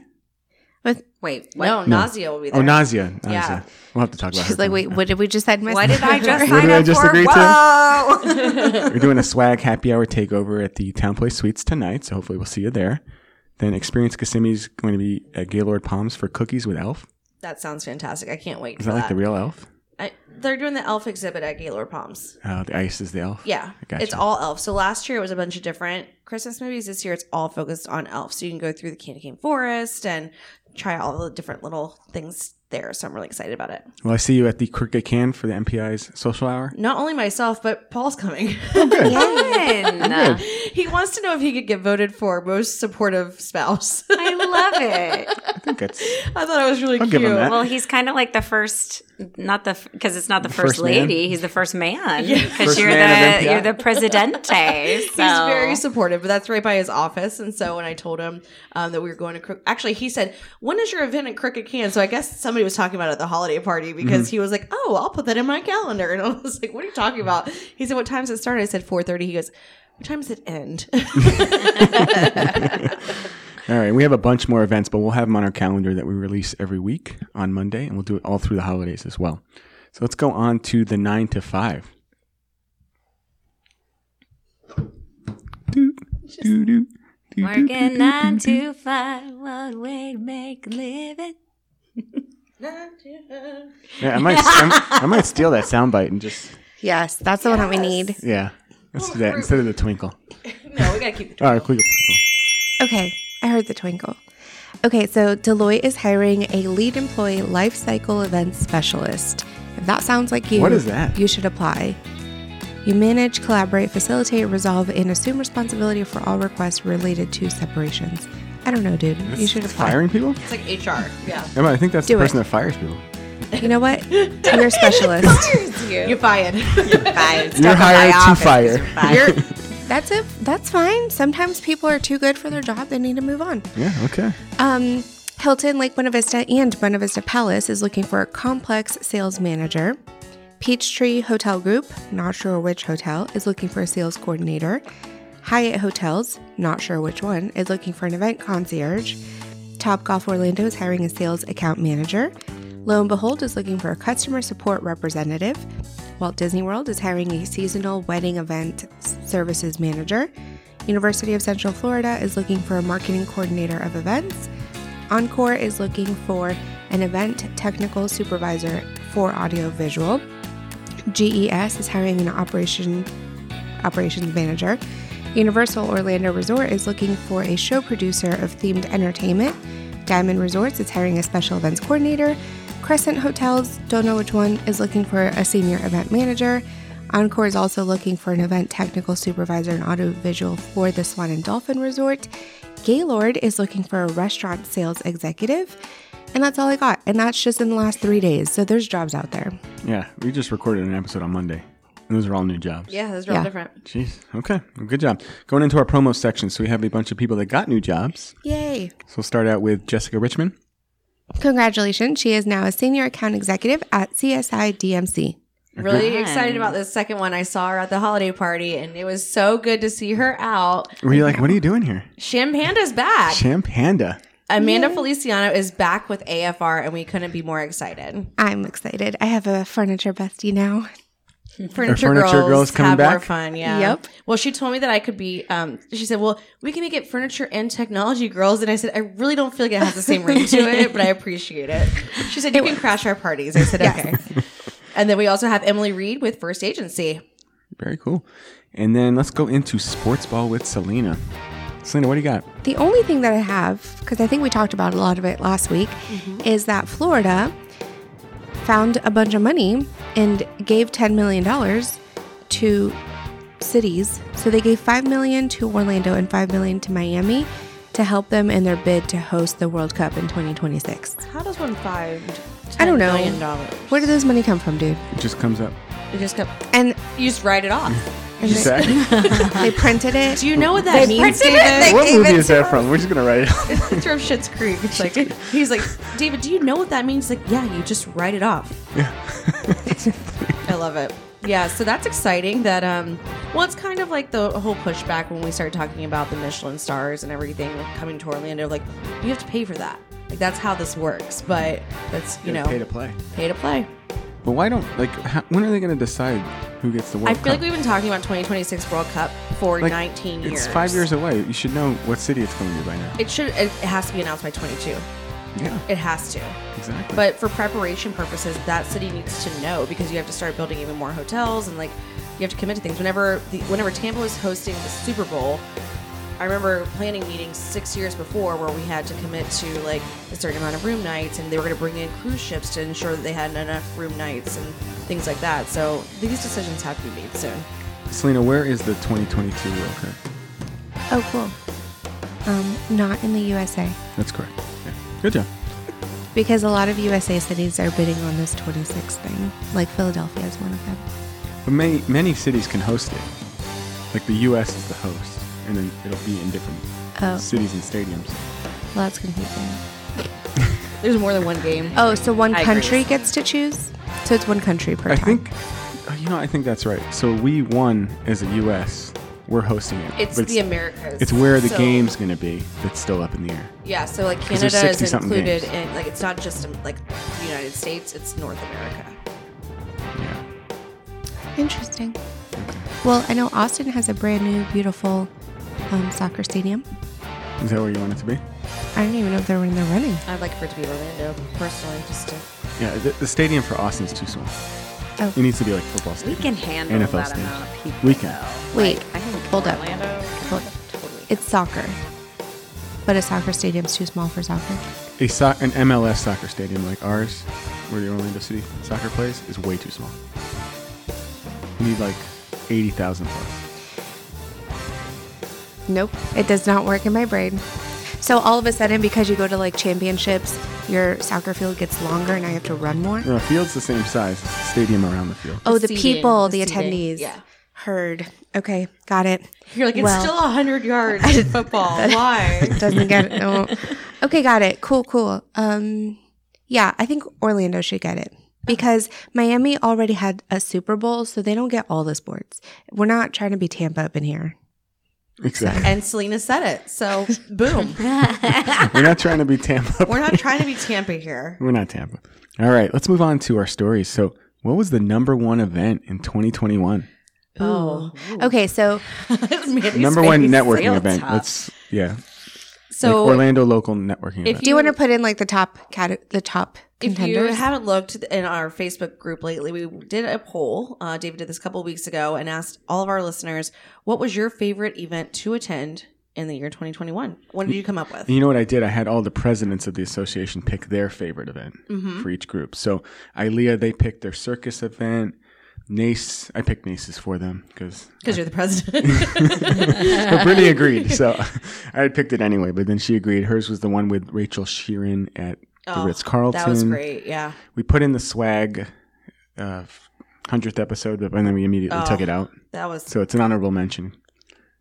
C: With,
E: Wait, what?
B: No, Nausea will be there.
D: Oh, nausea. nausea.
B: Yeah.
D: We'll have to talk about.
C: she's
D: her
C: like,
D: coming.
C: wait, what did we just sign? my-
E: What did
C: <laughs>
E: I just
D: <laughs> What
E: sign
D: did I
E: up
D: just
E: for?
D: agree to?
E: <laughs> Whoa!
D: We're doing a swag happy hour takeover at the Town Place Suites tonight, so hopefully we'll see you there. Then Experience Kissimmee's going to be at Gaylord Palms for cookies with Elf.
B: That sounds fantastic. I can't wait.
D: Is
B: for
D: that like the
B: that.
D: real Elf?
B: I, they're doing the elf exhibit at Gaylord Palms.
D: Oh, the ice is the Elf.
B: Yeah,
D: Gotcha.
B: it's all elf. So last year it was a bunch of different Christmas movies. This year it's all focused on elf. So you can go through the Candy Cane Forest and try all the different little things there. So I'm really excited about it.
D: Well, I see you at the Crooked Can for the MPI's social hour.
B: Not only myself, but Paul's
D: <laughs>
B: coming.
E: Fun.
B: <laughs> he wants to know if he could get voted for most supportive spouse. <laughs>
E: I love it.
D: <laughs> I think that's
B: I thought it was really
D: I'll
B: cute.
D: give him that.
E: Well, he's kind of like the first, not the because it's not the,
D: first
E: first,
D: man?
E: lady. He's the first man because
D: First
E: you're
D: man of
E: the
D: MPI.
E: you're the <laughs> presidente. So.
B: He's very supportive, but that's right by his office. And so when I told him um, that we were going to, Crook- actually, he said, "When is your event at Crooked Can?" So I guess somebody was talking about it at the holiday party
D: Mm-hmm.
B: because he was like, "Oh, I'll put that in my calendar," <laughs> and I was like, "What are you talking about?" He said, "What time does it start?" I said, 4.30. He goes, "What time does it end?" <laughs>
D: all right. We have a bunch more events, but we'll have them on our calendar that we release every week on Monday, and we'll do it all through the holidays as well. So let's go on to the nine to five. Doot, doot, doot, doot, doot, doot,
E: Working
D: doot,
E: nine
D: doot, doot.
E: to five, what we make a living.
D: Yeah, I might, I, I might steal that soundbite and just
C: Yes, that's the one that we need.
D: yeah. Let's do that instead of the twinkle.
B: no, we gotta keep the
D: All right, twinkle. twinkle.
C: Okay, I heard the twinkle. Okay, so Deloitte is hiring a lead employee life cycle events specialist. If that sounds like you,
D: What is that?
C: You should apply. You manage, collaborate, facilitate, resolve, and assume responsibility for all requests related to separations. I don't know, dude. you should
D: It's
C: apply.
D: Firing people?
B: It's like HR. <laughs> Yeah,
D: Emma, I think that's
C: Do
D: the person
C: it.
D: that fires people.
C: You know
D: <laughs>
C: what? You're a specialist.
B: you're fired.
D: You're hired to fire.
C: You're- that's it. That's fine. Sometimes people are too good for their job. They need to move on.
B: <laughs>
D: Yeah. Okay.
C: Um, Hilton Lake Buena Vista and Buena Vista Palace is looking for a complex sales manager. Peachtree Hotel Group, not sure which hotel, is looking for a sales coordinator. Hyatt Hotels, not sure which one, is looking for an event concierge. Topgolf Orlando is hiring a sales account manager. Lo and Behold is looking for a customer support representative. Walt Disney World is hiring a seasonal wedding event s- services manager. University of Central Florida is looking for a marketing coordinator of events. Encore is looking for an event technical supervisor for audiovisual. GES is hiring an operation operations manager. Universal Orlando Resort is looking for a show producer of themed entertainment. Diamond Resorts is hiring a special events coordinator. Crescent Hotels, don't know which one, is looking for a senior event manager. Encore is also looking for an event technical supervisor and audiovisual for the Swan and Dolphin Resort. Gaylord is looking for a restaurant sales executive. And that's all I got. And that's just in the last three days. So there's jobs out there.
D: Yeah, we just recorded an episode on Monday. And those are all new jobs.
B: yeah, those are all
C: Yeah.
B: different.
D: Jeez. Okay. Well, good job. Going into our promo section, so we have a bunch of people that got new jobs.
C: Yay.
D: So we'll start out with Jessica Richmond.
C: Congratulations. She is now a senior account executive at CSI DMC.
B: Really
E: Good.
B: excited about this second one. I saw her at the holiday party, and it was so good to see her out.
D: Were you like, what are you doing here?
B: Sham Panda's back.
D: Sham Panda.
B: Amanda Feliciano is back with AFR, and we couldn't be more excited.
C: I'm excited. I have a furniture bestie now.
B: Furniture,
D: Furniture
B: Girls,
D: Girls coming
B: have more
D: back?
B: fun. Yeah.
C: Yep.
B: Well, she told me that I could be. Um, she said, "Well, we can make it Furniture and Technology Girls," and I said, "I really don't feel like it has the same ring to it, but I appreciate it." She said, "You can crash our parties." I said, "Okay." and then we also have Emily Reed with First Agency.
D: Very cool. And then let's go into sports ball with Selena. Selena, what do you got?
C: The only thing that I have, because I think we talked about a lot of it last week,
B: Mm-hmm.
C: is that Florida found a bunch of money and gave $10 million to cities. So they gave $5 million to Orlando and $5 million to Miami to help them in their bid to host the World Cup in 2026.
B: How does one five?
C: I don't know.
B: Million dollars.
C: Where did those money come from, dude?
D: It just comes up.
B: You just kept,
C: And
B: you <laughs> just write it off.
D: Exactly.
B: <laughs>
E: <laughs>
C: They printed it.
B: Do you know what that means, David?
D: what movie is that from? We're just gonna write it.
B: <laughs>
D: off.
B: It's from Schitt's Creek. It's like he's like, David, do you know what that means? Like, yeah, you just write it off. <laughs> I love it. Yeah, so that's exciting. That um, well, it's kind of like the whole pushback when we started talking about the Michelin stars and everything coming to Orlando. Like, you have to pay for that. Like, that's how this works. But that's you know,
D: Pay to play.
B: pay to play.
D: But why don't like? How, when are they gonna decide who gets the World
B: I feel
D: Cup?
B: like we've been talking about 2026 World Cup for 19 years.
D: It's five years away. You should know what city it's going to be by now.
B: It should. It has to be announced by 22.
D: yeah,
B: It has to.
D: exactly.
B: But for preparation purposes, that city needs to know because you have to start building even more hotels and like you have to commit to things. Whenever the whenever Tampa was hosting the Super Bowl, I remember planning meetings six years before where we had to commit to like a certain amount of room nights and they were going to bring in cruise ships to ensure that they had enough room nights and things like that. So these decisions have to be made soon.
D: Selena, where is the 2022 World Cup?
C: Oh, cool. Um, not in the USA
D: That's correct. Yeah. Good job.
C: because a lot of USA cities are bidding on this 26 thing. Like Philadelphia is one of them.
D: But many many cities can host it. Like the U.S. is the host, and then it'll be in different
C: Oh.
D: cities and stadiums.
C: Well, that's confusing.
B: There's more than one game.
C: Oh, so one
E: I agree.
C: country gets to choose. So it's one country per
D: I
C: time.
D: think, uh, you know, I think that's right. So we won as a U.S. We're hosting it.
B: It's
D: but
B: the Americas.
D: It's where the
B: So-
D: game's going to be. That's still up in the air.
B: Yeah, so like
D: 'Cause there's
B: Canada is
D: 60-something
B: included
D: games.
B: in like it's not just um, like the United States, it's North America.
D: Yeah.
C: Interesting. Well, I know Austin has a brand new, beautiful um, soccer stadium.
D: Is that where you want it to be?
C: I don't even know if they're in the running.
B: I'd like for it to be Orlando, personally, just to.
D: Yeah. The, the stadium for Austin's too small.
C: Oh.
D: It needs to be like football
E: We
D: stadium.
E: can handle
D: NFL
E: that
D: stage.
E: amount of people.
D: We can.
E: though.
C: Wait,
E: Like, I think
C: hold up.
E: Orlando can
C: Hold-
E: totally.
C: It's soccer, but a soccer stadium's too small for soccer.
D: A so- an MLS soccer stadium like ours, where the Orlando City Soccer plays, is way too small. We need like eighty thousand plus.
C: Nope, it does not work in my brain. So all of a sudden, because you go to like championships, your soccer field gets longer, and I have to run more.
D: No, the field's the same size. It's the stadium around the field.
C: Oh, the,
B: seating,
C: people, the,
B: the seating,
C: attendees.
B: yeah.
C: Heard. Okay, got it.
B: You're like, it's
C: Well-
B: still still 100 yards in <laughs> football. Why? <laughs>
C: Doesn't get it. Oh. Okay, got it. Cool, cool. Um, yeah, I think Orlando should get it because Miami already had a Super Bowl, so they don't get all the sports. We're not trying to be Tampa up in here.
D: Exactly.
B: And Selena said it. So, <laughs> boom.
D: We're not trying to be Tampa. <laughs>
B: We're not trying to be Tampa <laughs> here.
D: We're not Tampa. All right, let's move on to our stories. So, what was the number one event in 2021?
B: Oh.
C: Okay, so
B: Mandy's
D: number one
B: face.
D: networking
E: real
D: event.
E: tough.
D: Let's yeah.
B: So,
D: like Orlando local networking event.
C: do you want to put in like the top cat- the top
B: if
C: contenders?
B: you haven't looked in our Facebook group lately, we did a poll. Uh, David did this a couple weeks ago and asked all of our listeners, what was your favorite event to attend in the year 2021? What did you come up with?
D: You know what I did? I had all the presidents of the association pick their favorite event
B: Mm-hmm.
D: for each group. So ILEA, they picked their circus event. Nace, I picked Nace's for them <laughs> because
B: Because you're the president. <laughs>
D: Brittany agreed. So <laughs> I had picked it anyway, but then she agreed. Hers was the one with Rachel Sheeran at the Ritz Carlton.
B: Oh, that was great. Yeah.
D: We put in the swag uh, hundredth episode, but and then we immediately took
B: Oh.
D: it out.
B: That was
D: So it's an honorable mention.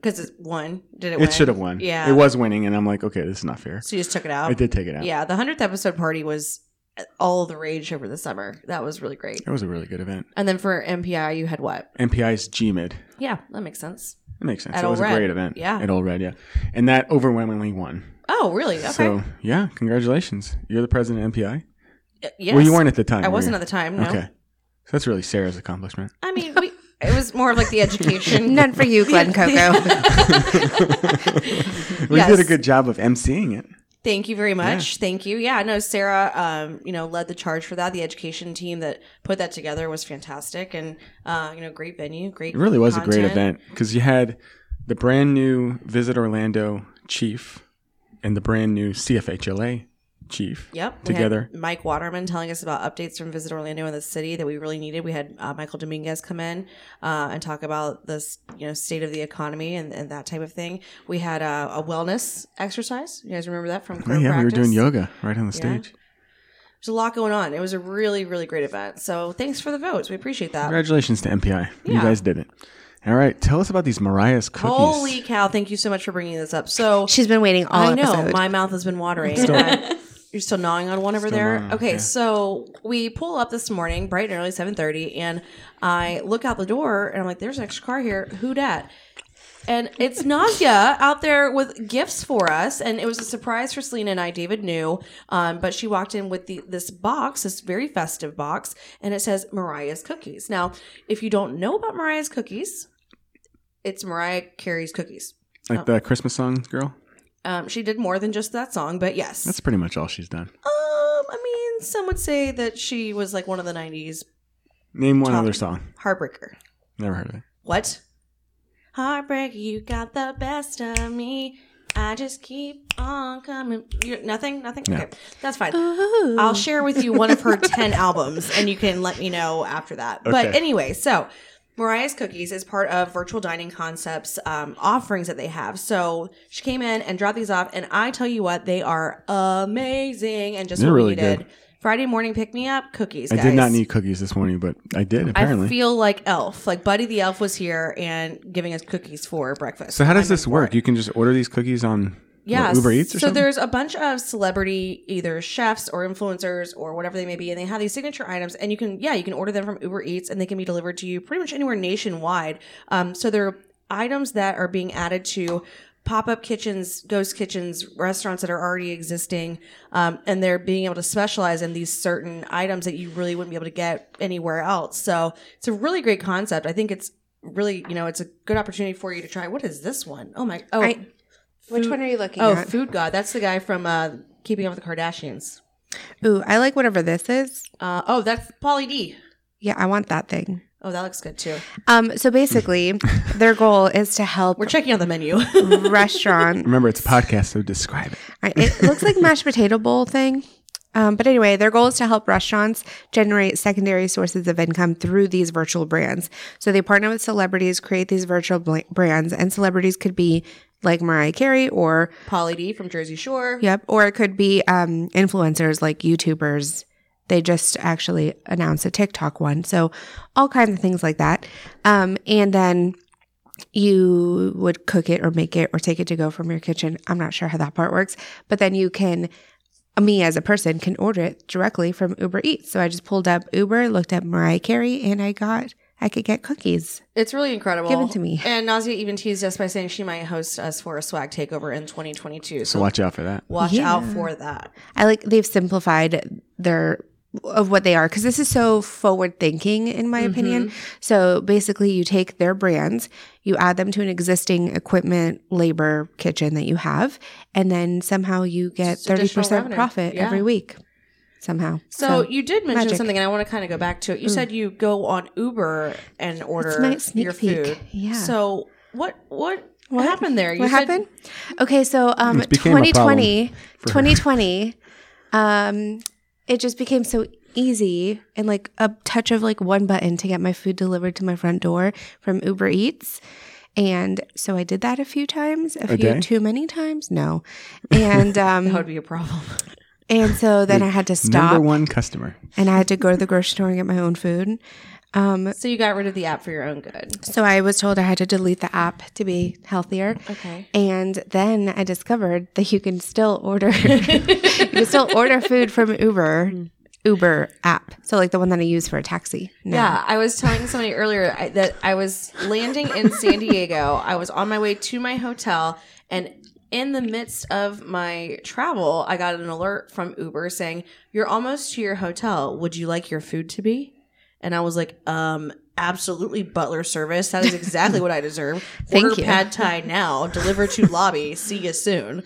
B: because it won. Did it
D: It should have won.
B: Yeah.
D: it was winning, and I'm like, okay, this is not fair.
B: So you just took it out?
D: I did take it out.
B: Yeah, the hundredth episode party was uh, all the rage over the summer. That was really great.
D: That was a really good event.
B: And then for MPI, you had what?
D: MPI's GMID.
B: Yeah, that makes sense.
D: That makes sense.
B: At
D: That was
B: Ole
D: a
B: Red.
D: great event.
B: Yeah.
D: At Ole Red, yeah. And that overwhelmingly won.
B: Oh, really? Okay.
D: So, yeah, congratulations. You're the president of MPI?
B: Y- yes.
D: Well, you weren't at the time.
B: I
D: were
B: wasn't
D: you?
B: at the time. No.
D: Okay. So that's really
B: <laughs>
D: Sarah's accomplishment.
B: I mean, we. It was more of like the
D: <laughs>
B: education.
C: None for you, <laughs> Glenn Coco.
D: We did a
B: Yes.
D: good job of emceeing it.
B: Thank you very much. Thank you. Yeah, no, Sarah, um, you know, led the charge for that. The education team that put that together was fantastic, and uh, you know, great venue, great.
D: It really was a great
B: content.
D: event because you had the brand new Visit Orlando chief and the brand new CFHLA chief
B: Yep. we had
D: together.
B: Mike Waterman telling us about updates from Visit Orlando and the city that we really needed. We had uh, Michael Dominguez come in uh, and talk about this, you know, state of the economy and, and that type of thing. We had uh, a wellness exercise. You guys remember that from
D: Oh,
B: choir
D: yeah, we were
B: practice?
D: doing yoga right on the
B: Yeah.
D: stage.
B: There's a lot going on. It was a really, really great event. So thanks for the votes. We appreciate that.
D: Congratulations to MPI. You
B: Yeah.
D: guys did it. All right, tell us about these Mariah's cookies.
B: Holy cow! Thank you so much for bringing this up. So
C: She's been waiting all
B: I know
C: episode.
B: my mouth has been watering. I'm- You're still gnawing on one over there.
D: gnawing,
B: okay,
D: yeah.
B: so we pull up this morning, bright and early, seven thirty, and I look out the door and I'm like, "There's an extra car here. Who dat?" And it's Nadia out there with gifts for us, and it was a surprise for Selena and I. David knew, um, but she walked in with the, this box, this very festive box, and it says Mariah's Cookies. Now, if you don't know about Mariah's Cookies, it's Mariah Carey's Cookies.
D: like the Christmas song, girl.
B: Um, she did more than just that song, but yes,
D: That's pretty much all she's done.
B: um, I mean, some would say that she was like one of the '90s
D: Name one
B: Top.
D: other song.
B: heartbreaker.
D: Never heard of it.
B: What? Heartbreaker, you got the best of me. I just keep on coming. you nothing, nothing.
D: No.
B: Okay, that's fine. I'll share with you one of her ten albums, and you can let me know after that. But
D: Okay.
B: anyway, so Mariah's Cookies is part of Virtual Dining Concepts um, offerings that they have. So she came in and dropped these off, and I tell you what, they are amazing and just
D: They're
B: what
D: really
B: we needed.
D: good.
B: Friday morning pick me up cookies. Guys.
D: I did not need cookies this morning, but I did apparently.
B: I feel like Elf, like Buddy the Elf was here and giving us cookies for breakfast.
D: so how does this work? You can just order these cookies on
B: yeah,
D: what, Uber Eats or
B: so
D: something.
B: there's a bunch of celebrity either chefs or influencers or whatever they may be, and they have these signature items, and you can yeah you can order them from Uber Eats, and they can be delivered to you pretty much anywhere nationwide. Um, so they're items that are being added to pop-up kitchens ghost kitchens restaurants that are already existing um, and they're being able to specialize in these certain items that you really wouldn't be able to get anywhere else so it's a really great concept i think it's really you know it's a good opportunity for you to try what is this one? Oh my oh
C: I- Which one are you looking
B: Oh,
C: at?
B: Food God. That's the guy from uh, Keeping Up with the Kardashians.
C: Ooh, I like whatever this is.
B: Uh, oh, that's Pauly D.
C: Yeah, I want that thing.
B: Oh, that looks good too.
C: Um, so <laughs> basically, their goal is to help
B: We're checking out the menu. <laughs>
C: <laughs> restaurant.
D: Remember, it's a podcast, so describe it.
C: I- It looks like mashed potato bowl thing. Um, but anyway, their goal is to help restaurants generate secondary sources of income through these virtual brands. So they partner with celebrities, create these virtual bl- brands, and celebrities could be like Mariah Carey or
B: Pauly D from Jersey Shore.
C: Yep. Or it could be um, influencers like YouTubers. They just actually announced a TikTok one. So all kinds of things like that. Um, and then you would cook it or make it or take it to go from your kitchen. I'm not sure how that part works, but then you can, me as a person, can order it directly from Uber Eats. So I just pulled up Uber, looked up Mariah Carey, and I got, I could get cookies.
B: It's really incredible.
C: Give it to me.
B: And Nausea even teased us by saying she might host us for a swag takeover in 2022.
D: So
B: So
D: watch out for that.
B: watch out for that.
C: I like they've simplified their of what they are because this is so forward thinking in my opinion.
B: Mm-hmm.
C: So basically you take their brands, you add them to an existing equipment labor kitchen that you have, and then somehow you get
B: Just additional
C: thirty percent
B: revenue.
C: profit
B: Yeah.
C: every week. Somehow.
B: So, Mm. you did mention
C: magic.
B: something, and I want to kind of go back to it. You said you go on Uber and order
C: my sneak
B: your
C: peek.
B: food.
C: Yeah.
B: So what what what happened there? You
C: what
B: said-
C: happened? Okay, so um,
D: It became a
C: 2020,
D: for her.
C: 2020, um, it just became so easy and like a touch of like one button to get my food delivered to my front door from Uber Eats. And so I did that a few times, a, few
D: day?
C: too many times, no. And <laughs>
B: That would
C: um,
B: be a problem. <laughs>
C: and so then I had to stop,
D: Number one customer.
C: and I had to go to the grocery store and get my own food.
B: so you got rid of the app for your own good.
C: So I was told I had to delete the app to be healthier.
B: Okay.
C: And then I discovered that you can still order <laughs> you can still order food from Uber
B: Hmm.
C: Uber app. So like the one that I use for a taxi. No.
B: Yeah, I was telling somebody earlier I- that I was landing in San Diego. I was on my way to my hotel, and in the midst of my travel, I got an alert from Uber saying, "You're almost to your hotel. Would you like your food to be?" And I was like, "Um, absolutely, butler service. That is exactly what I deserve.
C: <laughs> Thank
B: Order
C: you.
B: pad thai now. Deliver to lobby. See you soon."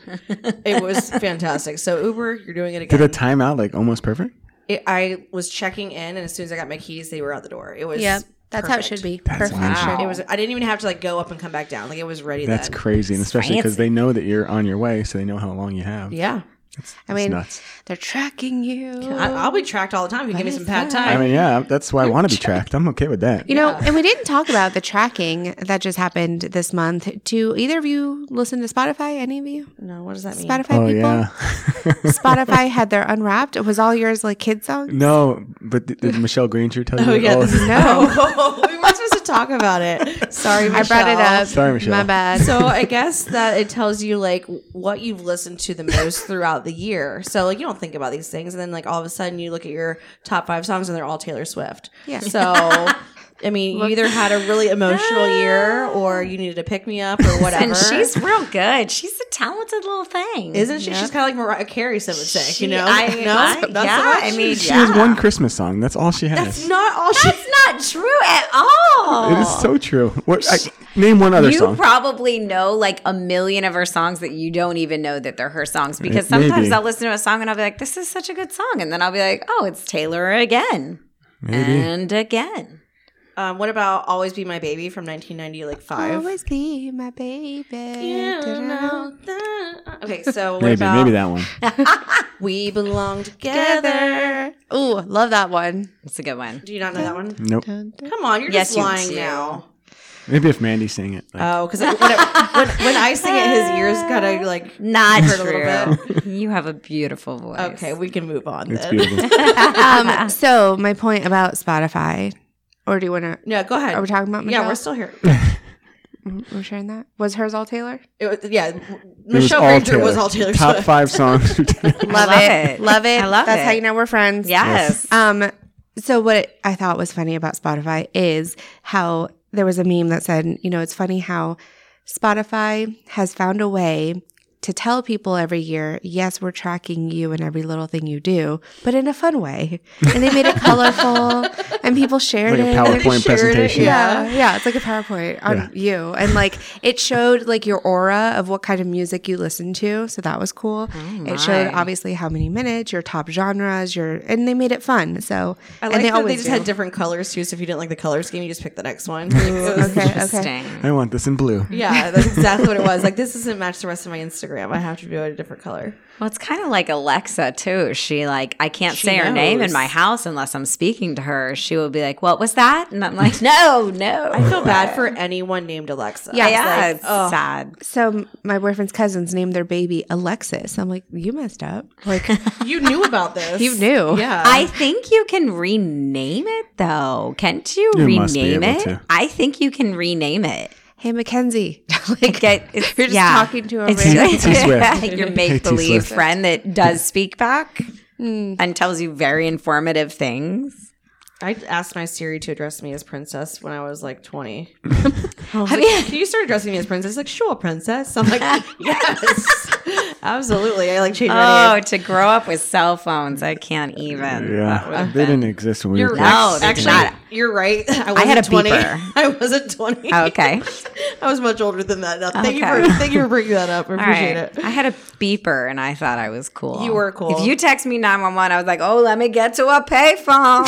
B: It was fantastic. So Uber, you're doing it again.
D: Did the timeout like almost perfect?
B: it, I was checking in, and as soon as I got my keys, they were out the door. It was
C: Yep. That's how it
B: perfect.
C: should be.
D: That's
C: Perfect.
D: wow.
B: It was. I didn't even have to like go up and come back down. Like it was ready.
D: That's
B: then.
D: crazy, and especially because they know that you're on your way, so they know how long you have.
B: Yeah,
C: I
D: It's
C: mean
D: nuts.
C: they're tracking you.
B: I, I'll be tracked all the time. If you give me some pad thai. <laughs>
D: I mean, yeah, that's why I want to be tracked. I'm okay with that.
C: you know, and we didn't talk about the tracking that just happened this month. Do either of you listen to Spotify? Any of you?
B: no, what does that mean?
C: Spotify
D: Oh
C: people?
D: yeah. <laughs>
C: Spotify had their unwrapped. It was all yours like kid songs?
D: No, but did, did Michelle Granger tell you?
B: <laughs> Oh yeah,
D: all-
B: this is no. Oh, we weren't supposed to talk about it. Sorry,
C: I brought it
B: Michelle.
C: up.
D: Sorry, Michelle.
C: My bad.
B: So I guess that it tells you like what you've listened to the most throughout the year. So like you don't think about these things, and then like all of a sudden you look at your top five songs and they're all Taylor Swift.
C: Yeah.
B: So. I mean, you either had a really emotional year, or you needed to pick me up, or whatever.
E: And she's real good. She's a talented little thing.
B: isn't she? She's kind of like Mariah Carey. Some would say,
E: She-
B: you know.
E: I,
B: <laughs> no, not
E: I-
B: so
E: yeah,
B: much?
E: I
D: <laughs>
E: mean,
D: She
E: yeah.
D: has one Christmas song. That's all she has.
B: that's not all she.
E: That's not true at all.
D: It is so true. What? I, name one other
E: you
D: song.
E: probably know like a million of her songs that you don't even know that they're her songs because
D: Maybe.
E: sometimes I'll listen to a song and I'll be like, this is such a good song. And then I'll be like, oh, it's Taylor again
D: Maybe.
E: and again.
B: <laughs> Um, what about "Always Be My Baby" from 1990, like five?
C: Always be my baby. Da-da-da.
B: uh, Okay, so what
D: Maybe.
B: about
D: Maybe that one.
B: "We Belong Together"?
C: Ooh, love that one.
E: It's a good one.
B: Do you not know that one?
D: Nope.
B: Come on, you're
E: Yes,
B: just
E: you
B: lying
E: do.
B: now.
D: Maybe if Mandy sang it. Like,
B: Oh, because when, it- when when I sing it, his ears <laughs> gotta like.
E: Not
B: Heard a little
E: true. you have a beautiful voice.
B: Okay, we can move on.
D: it's
B: Then. <laughs>
D: beautiful.
C: Um, so my point about Spotify, or do you want to?
B: No, go ahead.
C: Are we talking about Michelle?
B: yeah, we're still
D: <laughs>
B: here.
C: we're sharing that. Was hers all Taylor?
B: It was, yeah,
D: It was
B: Michelle
D: all
B: Granger
D: Taylor.
B: was all Taylor
D: Top
B: Swift. <laughs>
D: five songs.
E: Love it.
C: Love it.
E: I love
C: That's
E: it.
C: how you know we're friends.
E: Yes.
C: Um, so what I thought was funny about Spotify is how there was a meme that said, you know, it's funny how Spotify has found a way to tell people every year, yes, we're tracking you and every little thing you do, but in a fun way. And they made it colorful and people shared
D: Like a
C: it. And-
D: PowerPoint
B: shared it,
D: presentation.
C: yeah. yeah, It's like a PowerPoint on
D: Yeah.
C: you. And like it showed like your aura of what kind of music you listen to. So that was cool.
B: Mm,
C: it showed
E: my.
C: obviously how many minutes, your top genres, your and they made it fun. So
B: I
C: and
B: like that they
C: always
B: just
C: do.
B: had different colors too. So if you didn't like the color scheme, you just pick the next <laughs> one.
C: Okay, okay.
E: Interesting.
D: I want this in blue.
B: yeah,
C: <laughs>
B: that's exactly what it was. Like this doesn't match the rest of my Instagram. I have to do it a different color.
E: Well, it's kind of like Alexa too. She like I can't
B: She
E: say her name
B: knows.
E: in my house unless I'm speaking to her. She will be like, "What was that?" And I'm like, <laughs> "No, no."
B: I feel bad for anyone named Alexa.
E: Yeah,
B: It's like,
E: it's
B: oh,
E: sad.
C: So m- my boyfriend's cousins named their baby Alexis. I'm like, you messed up.
B: <laughs>
C: Like
B: you knew about this.
C: <laughs> you knew.
B: Yeah.
E: I think you can rename it though. Can't you,
D: You
E: rename
D: must be able
E: it?
D: to.
E: I think you can rename it.
C: Hey Mackenzie. <laughs> like
E: Like it, it's,
C: you're just
E: yeah.
C: talking to a
E: It's <laughs>
C: random
D: T- T Swift.
E: your
D: Hey,
E: make
D: T
E: believe
D: Swift.
E: friend that does speak back and tells you very informative things.
B: I asked my Siri to address me as princess when I was like
E: <laughs>
B: 20.
E: I mean,
B: Can you start addressing me as princess? Like, sure, princess. I'm
E: <laughs>
B: like, yes, absolutely. I like changed my
E: oh,
B: name.
E: to grow up with cell phones, I can't even.
D: Yeah. They didn't exist when we
B: You're
D: were
B: right.
D: kids.
E: right. No, they
B: Actually,
E: did not.
B: you're right. <laughs> I, wasn't
E: had a
B: 20.
E: beeper.
B: <laughs>
E: Oh,
B: I wasn't 20. <laughs>
E: Okay.
B: I was much older than that. Now, thank,
E: Okay.
B: you for, thank you for bringing that up. I
E: All
B: appreciate
E: right.
B: it.
E: I had a beeper and I thought I was cool.
B: You were cool.
E: If you text me 911, I was like, oh, let me get to a
B: <laughs>
E: payphone.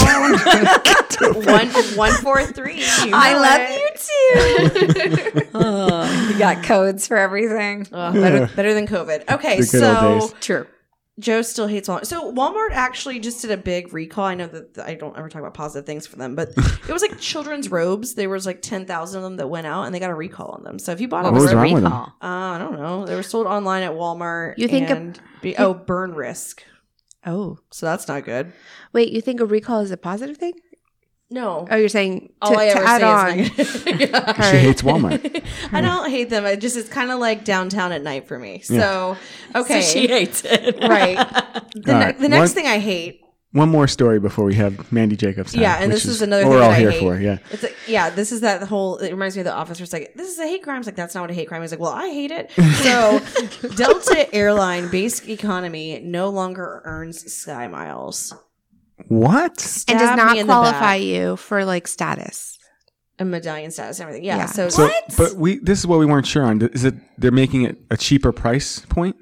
B: One, one, four, three. <laughs> You
E: <laughs> I
B: know
E: love
B: it.
E: you too. <laughs> oh,
B: <laughs>
E: you got codes for everything.
B: Ugh, better, better than COVID. Okay,
D: The good old
B: so
D: days.
E: True.
B: Joe still hates Walmart. So Walmart actually just did a big recall. I know that I don't ever talk about positive things for
D: <laughs>
B: them, but it was like children's robes. There was like ten thousand of them that went out, and they got a recall on them. So if you bought
E: What
B: a
E: was
D: Oh, was
E: the
D: wrong with
E: recall?
B: uh, I don't know, they were sold online at Walmart.
C: You think a-
B: and be, oh burn risk.
C: Oh.
B: So that's not good.
C: Wait, you think a recall is a positive thing?
B: No,
C: Oh, you're saying to,
B: Uh, all I
C: to
B: ever
C: add
B: say
C: on.
B: is negative. <laughs> Yeah.
D: She hates Walmart.
B: I don't hate them. I just it's kind of like downtown at night for me. So okay,
E: hates it.
C: <laughs>
B: right. The,
D: All
B: ne-
D: right.
B: the next
D: One-
B: thing I hate
D: One more story before we have Mandy Jacobs. on,
B: Yeah, and
D: which
B: this is another
D: what
B: thing
D: we're all
B: that I
D: here
B: hate.
D: for. Yeah.
B: It's like, yeah, this is that whole. It reminds me of The Office. Where it's like, this is a hate crime. It's like that's not what a hate crime is. Like, well, I hate it. So, Delta Airline basic economy no longer earns Sky Miles
D: What?
C: and
B: Stab
C: does
B: me
C: not
B: in the back.
C: qualify you for like status.
B: a medallion status and everything. Yeah.
C: Yeah.
B: So,
D: So, but we this is what we weren't sure on. Is it they're making it a cheaper price point?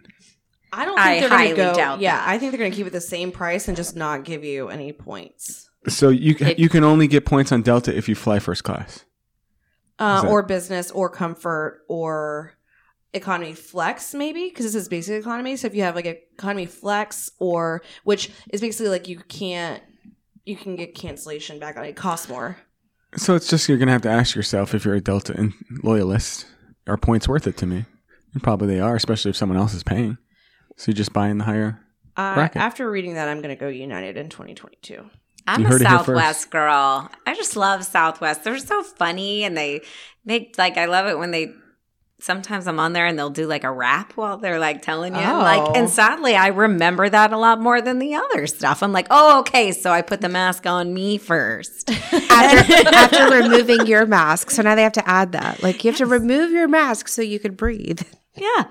B: I don't think
E: I
B: they're going
E: highly
B: to go.
E: doubt
B: yeah,
E: that.
B: I think they're going to keep it the same price and just not give you any points
D: So you ca-
E: It-
D: you can only get points on Delta if you fly first class.
B: uh,
D: Is that-
B: or business or comfort or economy flex maybe because this is basic economy so if you have like economy flex or which is basically like you can't you can get cancellation back on it. it costs more
D: So it's just you're gonna have to ask yourself if you're a Delta and loyalist, are points worth it to me? And probably they are, especially if someone else is paying. So you're just buying the higher.
B: uh,
D: Bracket.
B: after reading that i'm going to go united in 2022
E: I'm
D: You
E: a
D: heard it here first.
E: Southwest girl. I just love Southwest. They're so funny and they make like I love it when they sometimes I'm on there and they'll do like a rap while they're like telling you.
B: Oh.
E: Like and sadly I remember that a lot more than the other stuff. I'm like, oh okay, so I put the mask on me first. <laughs>
C: after, after removing your mask. So now they have to add that. Like you have to remove your mask so you could breathe.
E: yeah.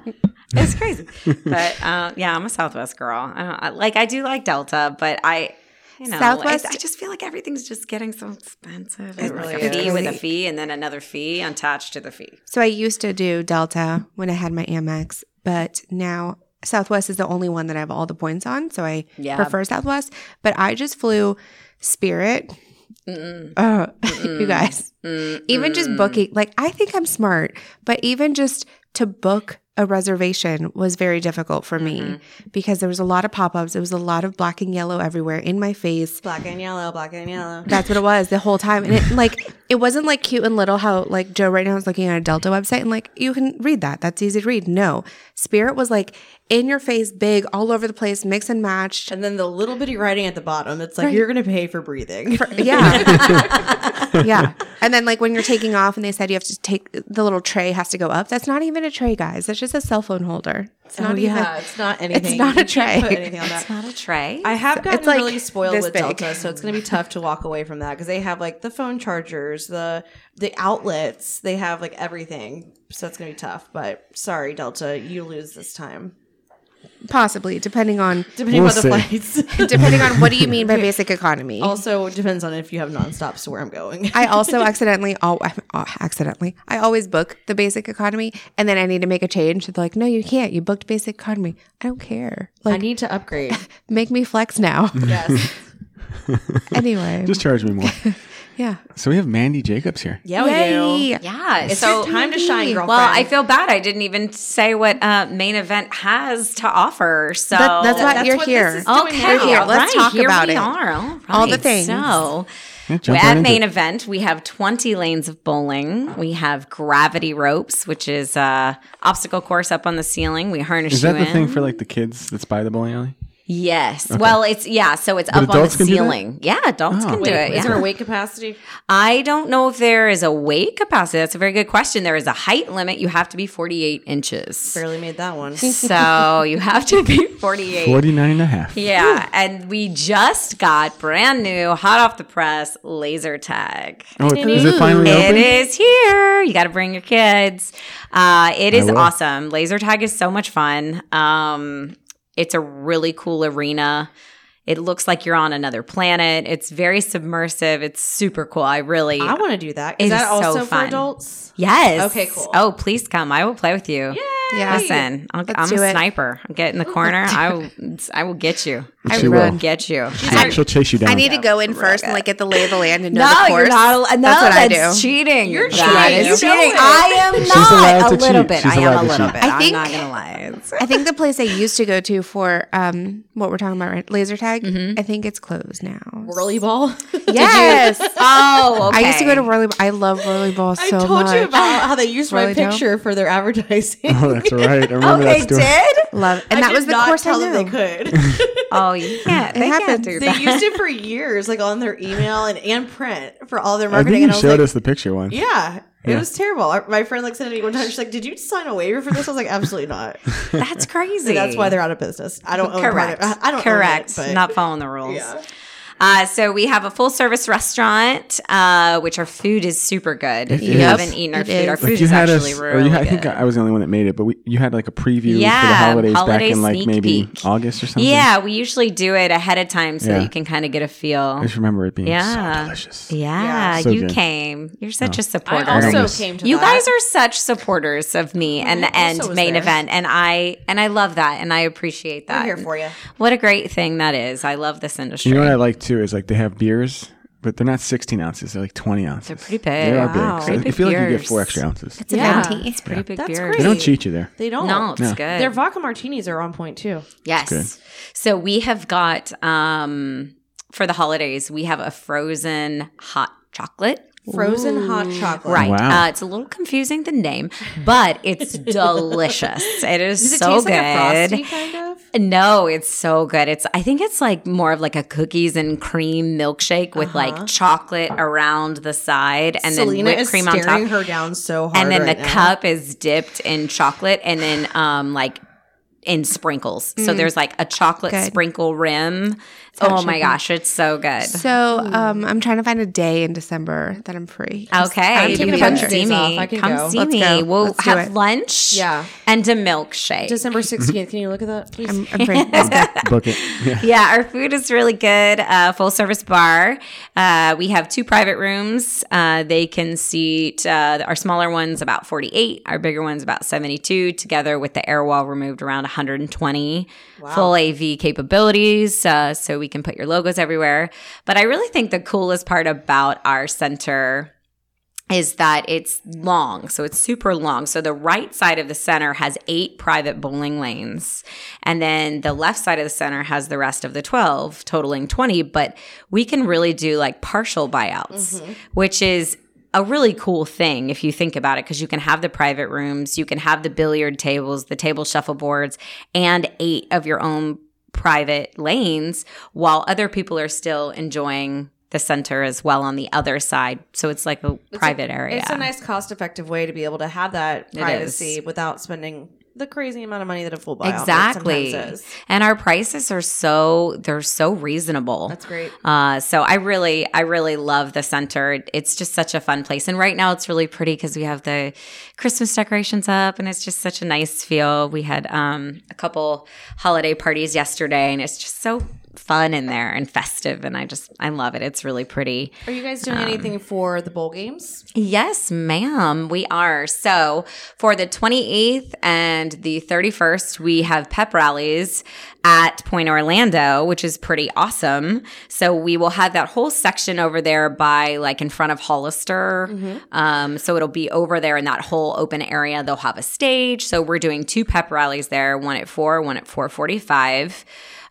E: It's crazy. but uh, yeah, I'm a Southwest girl. I don't, I, like I do like Delta, but I you know, Southwest.
C: Southwest-
E: I just feel like everything's just getting so expensive.
B: It
E: It's like
B: really
E: a fee
B: is.
E: with a fee, and then another fee attached to the fee.
C: So I used to do Delta when I had my Amex, but now Southwest is the only one that I have all the points on. So I
E: Yeah.
C: prefer Southwest. But I just flew Spirit.
E: Mm-mm.
C: Oh, <laughs>
E: Mm-mm.
C: you guys.
E: Mm-mm.
C: Even just booking, like I think I'm smart, but even just to book a reservation was very difficult for me
E: Mhm.
C: because there was a lot of pop-ups. It was a lot of black and yellow everywhere in my face.
B: Black and yellow, black and yellow.
C: That's what it was the whole time.
B: <laughs>
C: And it like it wasn't like cute and little how like Joe right now is looking at a Delta website and like you can read that. That's easy to read. No. Spirit was like in your face, big, all over the place, mix and matched.
B: And then the little bitty writing at the bottom that's like,
C: Right.
B: you're going to pay for breathing.
C: Yeah.
B: <laughs>
C: yeah. And then like when you're taking off and they said you have to take the little tray has to go up. That's not even a tray, guys. That's just a cell phone holder. It's
B: oh,
C: not even
B: yeah. It's not anything.
C: not
B: You
C: a
B: can't
C: tray.
B: put anything on that.
E: It's not a tray.
B: I have gotten
C: like
B: really spoiled
C: this
B: with
C: big.
B: Delta, so it's going to be tough to walk away from that because they have like the phone chargers, the the outlets, they have like everything. So it's going to be tough. But sorry, Delta, you lose this time.
C: possibly depending on
B: Depending
D: We'll
B: on the flights. <laughs>
C: depending on what do you mean by basic economy.
B: also depends on if you have nonstops to where I'm going. <laughs>
C: I also accidentally, oh, accidentally, I always book the basic economy, and then I need to make a change. They're like, "No, you can't. You booked basic economy. I don't care. Like,
B: I need to upgrade.
C: make me flex <laughs> now."
B: Yes.
C: anyway,
D: Just charge me more.
C: yeah,
D: so we have Mandy Jacobs here.
B: Yeah, we do.
C: Yay.
E: yeah.
B: It's
E: so
B: your time to shine, girlfriend.
E: Well, I feel bad. I didn't even say what uh, main event has to offer. So
C: That- that's why you're
B: what this
C: here.
B: is doing
E: Okay,
B: now.
C: here.
E: all
C: Let's
E: right,
C: talk
E: here
C: about
E: we
C: it.
E: Are. All, right.
C: All the things.
E: So,
D: Yeah, jump
E: at
D: right into
E: main
D: it.
E: event, we have 20 lanes of bowling. We have gravity ropes, which is a obstacle course up on the ceiling. We harness
D: Is
E: you
D: that the
E: in.
D: thing for like the kids that's by the bowling alley?
E: yes. Well, it's yeah. So it's
D: But
E: up on the
D: adults can do that?
E: ceiling. Yeah, adults
D: Oh.
E: can
B: Wait,
E: do it.
B: Is
E: yeah.
B: there a weight capacity?
E: I don't know if there is a weight capacity. That's a very good question. There is a height limit. You have to be 48 inches.
B: Barely made that one.
E: So you have
D: <laughs>
E: to be 48.
D: 49 and a half.
E: Yeah. And we just got brand new, hot off the press, laser tag.
D: Oh, it- is it finally
E: It
D: open?
E: is here. You got to bring your kids. Uh, it is
D: will.
E: awesome. Laser tag is so much fun. Um, it's a really cool arena. It looks like you're on another planet. It's very submersive. It's super cool. I really.
B: I want to do that.
E: It
B: Is that
E: is so
B: also for
E: fun.
B: adults?
E: yes.
B: Okay, cool.
E: Oh, please come. I will play with you.
C: yeah.
E: Listen, I'll,
C: Let's
E: I'm
C: do
E: a
C: it.
E: sniper. I'll get in the <laughs> corner. I will. I will get you.
C: I
D: She
E: I'll
D: will. <laughs>
C: run.
E: get you.
D: Yeah, she'll chase you down.
C: I need to go in first and like get the lay of the land and know
E: No,
C: the course.
E: you're not. Al- no,
C: that's what I do.
E: cheating. You're
B: cheating.
E: Is
B: You know
E: cheating.
B: it.
E: I am
D: allowed
E: not a
D: to
E: little
D: cheat.
E: bit.
D: She's
E: I
D: allowed
E: am a
D: to
E: little
D: cheat.
E: bit.
C: I
E: I'm
C: think-
E: not gonna lie. <laughs> It's-
C: I think the place I used to go to for um, what we're talking about, right? Laser tag. I think it's closed now.
B: Whirly ball?
C: Yes.
E: Oh,
C: I used to go to whirly. I love whirly ball so
B: <laughs> I told
C: much.
B: you about how they used
C: Really
B: my
C: don't?
B: picture for their advertising.
D: Oh, that's right. I remember
E: They
D: that story.
E: did.
C: Love, and
B: I
C: that
B: did
C: was the
B: not
C: course I
B: tell
C: knew.
B: them they
E: <laughs>
B: could.
E: Oh, you can't. They can't
C: happens.
E: do
B: they
E: that.
B: used it for years, like on their email and, and print for all their
D: I think
B: marketing.
D: you
B: and I was
D: showed
B: like,
D: us the picture once.
B: yeah, it was terrible. Our- My friend like said to me one time, she's like, "Did you sign a waiver for this?" I was like, "Absolutely not."
E: <laughs> That's crazy.
B: So that's why they're out of business. I don't own
E: correct.
B: Part of, I don't
E: correct.
B: Own it, but
E: Not following the rules.
B: Yeah.
E: Uh, so we have a full service restaurant, uh, which our food is super good. If
D: It
E: you
D: is.
E: haven't eaten our
C: It
E: food, our
C: is.
E: food
D: Like
E: is
D: had
E: actually
D: us, or
E: really
D: you had, I
E: good.
D: think I was the only one that made it, but we, you had like a preview for the
E: Yeah,
D: holidays
E: holiday
D: back in like
E: sneak
D: maybe
E: peek.
D: August or something.
E: yeah, we usually do it ahead of time so
D: Yeah.
E: that you can kind of get a feel.
D: I just remember it being so
E: Yeah.
D: delicious.
E: Yeah,
D: So
E: you
D: good.
E: came. You're such a
B: I
E: supporter.
D: don't
B: also
D: miss-
B: came to
E: you
B: that.
E: guys are such supporters of me and and
B: also was
E: main
B: there.
E: event, and I and I love that, and I appreciate that.
B: I'm here for you.
E: What a great thing that is! I love this industry.
D: You know what I like too is like they have beers, but they're not 16 ounces. They're like 20 ounces. They're
E: pretty big.
D: They are
B: Wow.
D: big. So
B: Pretty
D: I
E: big
D: feel like you get
E: beers.
D: four extra ounces.
C: It's a
E: Yeah,
C: venti.
E: It's pretty big
B: That's
E: beer.
B: great.
D: They don't cheat you there.
B: They don't.
E: No, it's
D: No.
E: good.
B: Their vodka martinis are on point too.
E: yes.
D: It's
E: So we have got um for the holidays, we have a frozen hot chocolate.
B: Frozen hot chocolate.
E: Right.
D: Wow.
E: Uh, it's a little confusing the name, but
B: <laughs>
E: it's delicious. It is
B: Does it
E: so
B: taste
E: good.
B: like a frosty kind of?
E: No, it's so good. It's I think it's like more of like a cookies and cream milkshake with like chocolate around the side and
B: Uh-huh.
E: then
B: Selena
E: whipped
B: is
E: cream on
B: staring
E: top.
B: her down so hard.
E: and then
B: right
E: the
B: now.
E: cup is dipped in chocolate and then um like in sprinkles. So there's like a chocolate
C: Good.
E: sprinkle rim.
C: how it
E: Oh
C: should
E: my
C: be.
E: gosh, it's so good.
C: So um, I'm trying to find a day in December that I'm free.
E: Okay,
C: I'm
E: you
C: taking
E: can
C: a
E: come
C: bunch of
E: see
B: days
E: me.
B: off. I can
E: come
B: go.
E: see
C: Let's
E: me.
C: go.
E: We'll
C: Let's do
E: have
C: it.
E: lunch.
B: Yeah.
E: and a milkshake.
B: December 16th. Can you look at that, please?
C: I'm, I'm free. Let's go.
D: Book
E: <laughs>
D: it. Yeah.
E: yeah, our food is really good. Uh, full service bar. Uh, we have two private rooms. Uh, they can seat uh, our smaller one's about 48, our bigger one's about 72, together with the air wall removed around 120. Full AV capabilities, uh, so we can put your logos everywhere. But I really think the coolest part about our center is that it's long. So it's super long. So the right side of the center has eight private bowling lanes. And then the left side of the center has the rest of the 12, totaling 20. But we can really do like partial buyouts, which is a really cool thing if you think about it because you can have the private rooms, you can have the billiard tables, the table shuffleboards, and eight of your own private lanes while other people are still enjoying the center as well on the other side. So it's like a private area.
B: It's a nice cost effective way to be able to have that
E: It
B: privacy
E: is.
B: without spending the crazy amount of money that a full buyout
E: Exactly.
B: sometimes is.
E: And our prices are so they're so reasonable.
B: That's great.
E: Uh, so I really, I really love the center. It- It's just such a fun place, and right now it's really pretty because we have the Christmas decorations up, and it's just such a nice feel. We had um, a couple holiday parties yesterday, and it's just so fun in there and festive, and I just, I love it. It's really pretty.
B: Are you guys
E: Um,
B: doing anything for the bowl games?
E: Yes, ma'am, we are. So for the 28th and the 31st, we have pep rallies at Point Orlando, which is pretty awesome. So we will have that whole section over there by like in front of Hollister. Um, so it'll be over there in that whole open area. They'll have a stage. So we're doing two pep rallies there, one at four, one at 445.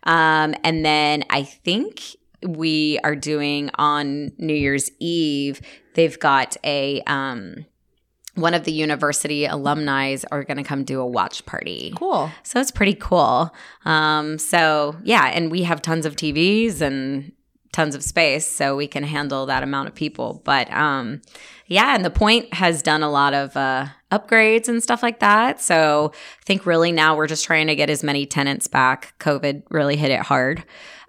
E: Um, and then I think we are doing on New Year's Eve, they've got a um one of the university alumni's are going to come do a watch party.
B: Cool.
E: So it's pretty cool. Um so yeah, and we have tons of TVs and tons of space so we can handle that amount of people. But um yeah, and the point has done a lot of uh upgrades and stuff like that. So I think really now we're just trying to get as many tenants back. COVID really hit it hard.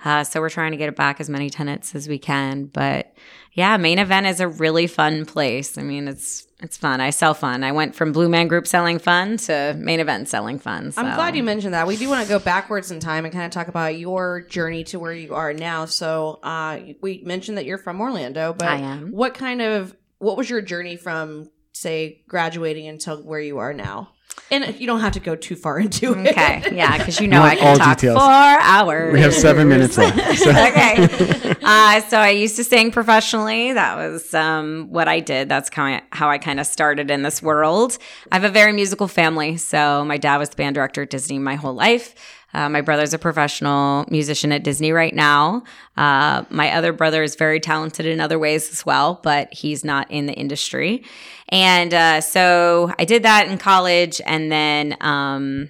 E: Uh, so we're trying to get it back as many tenants as we can. But yeah, main event is a really fun place. I mean, it's it's fun. I sell fun. I went from Blue Man Group selling fun to main event selling fun. So.
B: I'm glad you mentioned that. We do want to go backwards in time and kind of talk about your journey to where you are now. So, uh, we mentioned that you're from Orlando, but
E: I am.
B: what kind of what was your journey from say graduating until where you are now? And you don't have to go too far <laughs> into it.
E: Okay, yeah, because you know
D: want
E: I can
D: all
E: talk
D: details.
E: for hours.
D: We have seven minutes left. So
E: <laughs> okay. Uh, so I used to sing professionally. That was um, what I did. That's kind of how I kind of started in this world. I have a very musical family. So my dad was the band director at Disney my whole life. Uh, my brother's a professional musician at Disney right now. Uh, my other brother is very talented in other ways as well, but he's not in the industry. And uh, so I did that in college. And then um,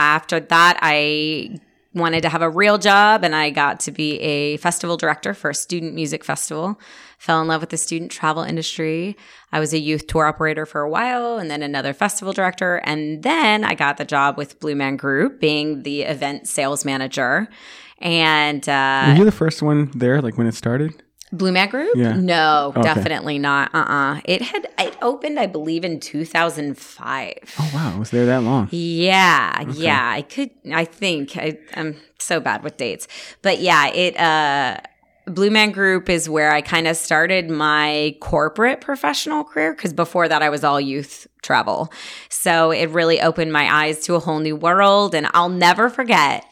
E: after that, I wanted to have a real job and I got to be a festival director for a student music festival. Fell in love with the student travel industry. I was a youth tour operator for a while and then another festival director. And then I got the job with Blue Man Group being the event sales manager. And uh,
D: were you the first one there, like when it started?
E: Blue Man Group?
D: Yeah.
E: No,
D: Okay.
E: definitely not. Uh uh It had, it opened, I believe, in 2005.
D: Oh wow, I was there that long.
E: Yeah, yeah. I could. I think I, I'm so bad with dates, but yeah, it. uh Blue Man Group is where I kind of started my corporate professional career because before that I was all youth travel. So it really opened my eyes to a whole new world. And I'll never forget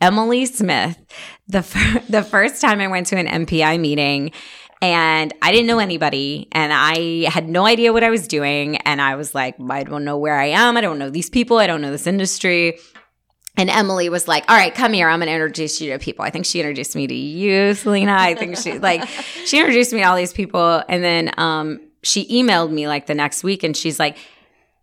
E: Emily Smith, the fir- <laughs> the first time I went to an MPI meeting and I didn't know anybody and I had no idea what I was doing and I was like I don't know where I am, I don't know these people, I don't know this industry. And Emily was like, "All right, come here. I'm going to introduce you to people." I think she introduced me to you, Selena. I think she like she introduced me to all these people, and then um, she emailed me like the next week, and she's like,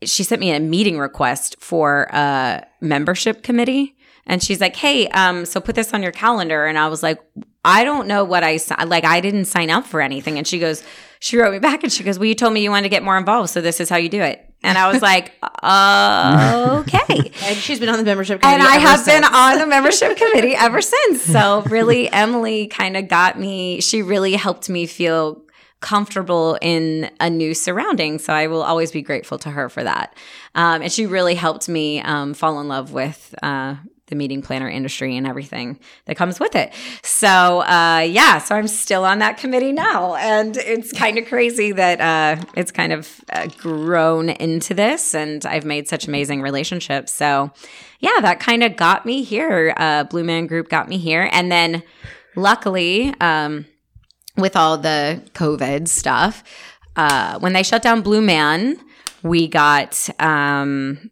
E: she sent me a meeting request for a membership committee, and she's like, "Hey, um, so put this on your calendar." And I was like, "I don't know what I si- like. I didn't sign up for anything." And she goes, she wrote me back, and she goes, "Well, you told me you wanted to get more involved, so this is how you do it." And I was like, <laughs> uh, "Okay."
B: And she's been on the membership committee.
E: and I
B: ever
E: have
B: since.
E: been on
B: <laughs>
E: the membership committee ever since. So really, Emily kind of got me. She really helped me feel comfortable in a new surrounding. So I will always be grateful to her for that. Um, and she really helped me um, fall in love with. Uh, the meeting planner industry and everything that comes with it. So, uh, yeah, so I'm still on that committee now. And it's kind of crazy that uh, it's kind of uh, grown into this and I've made such amazing relationships. So, yeah, that kind of got me here. Uh, Blue Man Group got me here. And then luckily, um, with all the COVID stuff, uh, when they shut down Blue Man, we got, um,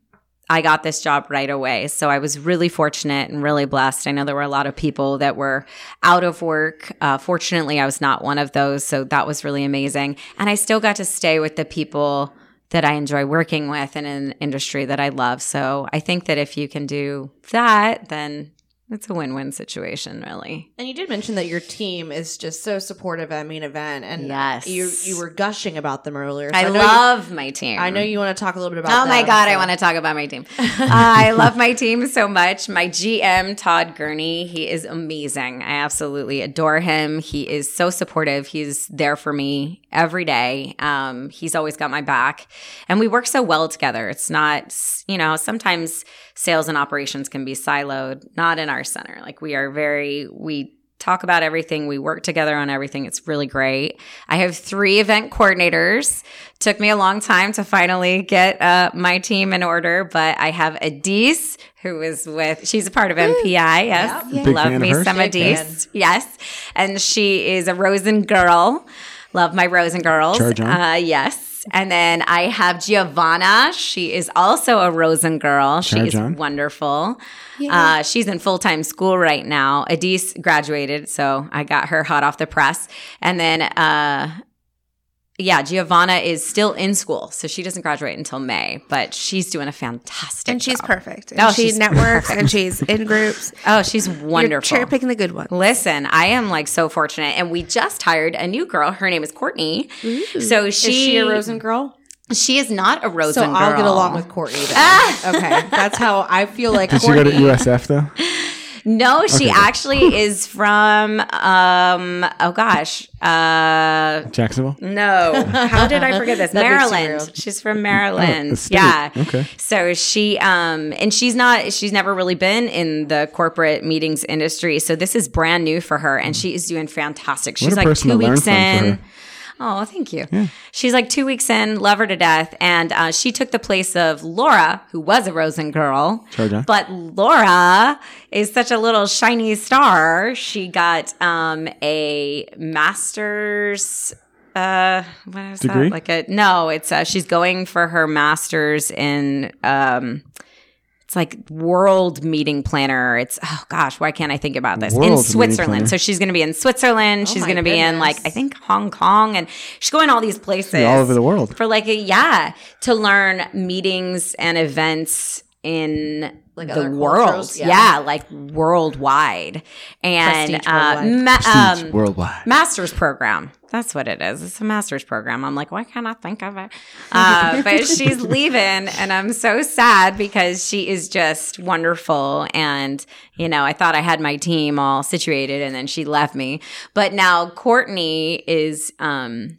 E: I got this job right away. So I was really fortunate and really blessed. I know there were a lot of people that were out of work. Uh, fortunately, I was not one of those. So that was really amazing. And I still got to stay with the people that I enjoy working with and in an industry that I love. So I think that if you can do that, then it's a win win situation, really.
B: And you did mention that your team is just so supportive at Mean Event, and
E: Yes.
B: you you were gushing about them earlier. So
E: I,
B: know you-
E: love my team.
B: I know you want to talk a little bit about.
E: Oh my
B: them,
E: God, I
B: so-
E: want to talk about
B: <laughs>
E: my team. Uh, I love my team so much. My GM, Todd Gurney, he is amazing. I absolutely adore him. He is so supportive. He's there for me every day. Um, he's always got my back. And we work so well together. It's not, you know, sometimes sales and operations can be siloed, not in our center. Like we are very, we, Talk about everything. We work together on everything. It's really great. I have three event coordinators took me a long time to finally get uh, my team in order, but I have Adise, who is with, she's a part of MPI. Yes.
D: Yep. Big
E: Love
D: fan of
E: me
D: hers.
E: some
B: Big fan.
E: Adise. Yes. And she is a Rosen girl. Love my Rosen girls.
D: Charge on.
E: Uh, yes. And then I have Giovanna. She is also a Rosen girl. She
D: Charge
E: is
D: on.
E: wonderful. Uh, she's in full time school right now. Adise graduated, so I got her hot off the press. And then uh, yeah, Giovanna is still in school, so she doesn't graduate until May, but she's doing a fantastic.
C: and she's
E: job.
C: perfect. And
E: Oh,
C: she
E: she's
C: networks and she's in groups.
E: Oh, she's
C: You're
E: wonderful.
C: cherry picking the good one.
E: Listen, I am like so fortunate, and we just hired a new girl. Her name is Courtney. So she
B: Is she a Rosen girl?
E: She is not a Rosen
B: So
E: girl.
B: I'll get along with Courtney. Then.
E: <laughs>
B: okay, that's how I feel
D: <laughs>
B: like.
D: Did she
B: Courtney.
D: go to USF though?
E: No, she
D: good.
E: actually is from. um Oh gosh. Uh
D: Jacksonville.
E: No. How did I forget this?
B: That makes you
E: Maryland.
B: real.
E: She's from
D: Oh, the
E: Maryland.
D: state.
E: yeah.
D: Okay.
E: So she um and she's not she's never really been in the corporate meetings industry. So this is brand new for her and she is doing fantastic. She's
D: a
E: like
D: person to
E: two
D: learn
E: weeks
D: from for
E: in.
D: her.
E: Oh, thank you. She's like two weeks in, love her to death, and uh, she took the place of Laura, who was a Rosen girl.
D: Charge on.
E: But Laura is such a little shiny star. She got um, a master's. Uh, what is
D: Degree?
E: that? Like a no? It's uh, she's going for her master's in um. It's like world meeting planner. It's oh gosh, why can't I think about this?
D: World
E: in
D: meeting planner.
E: Switzerland. So she's going to be in Switzerland. she's
B: Oh my
E: going to be in like
B: goodness.
E: I think Hong Kong, and she's going all these places
D: All over the world.
E: for like a yeah to learn meetings and events in
B: Like
E: the
B: other
E: world
B: cultures, yeah.
E: yeah. like worldwide and
B: Prestige
E: uh,
B: worldwide.
E: ma-
D: Prestige
E: um,
D: worldwide.
E: master's program that's what it is it's a master's program i'm like why can't i think of it uh, but she's leaving and i'm so sad because she is just wonderful and you know i thought i had my team all situated and then she left me but now courtney is um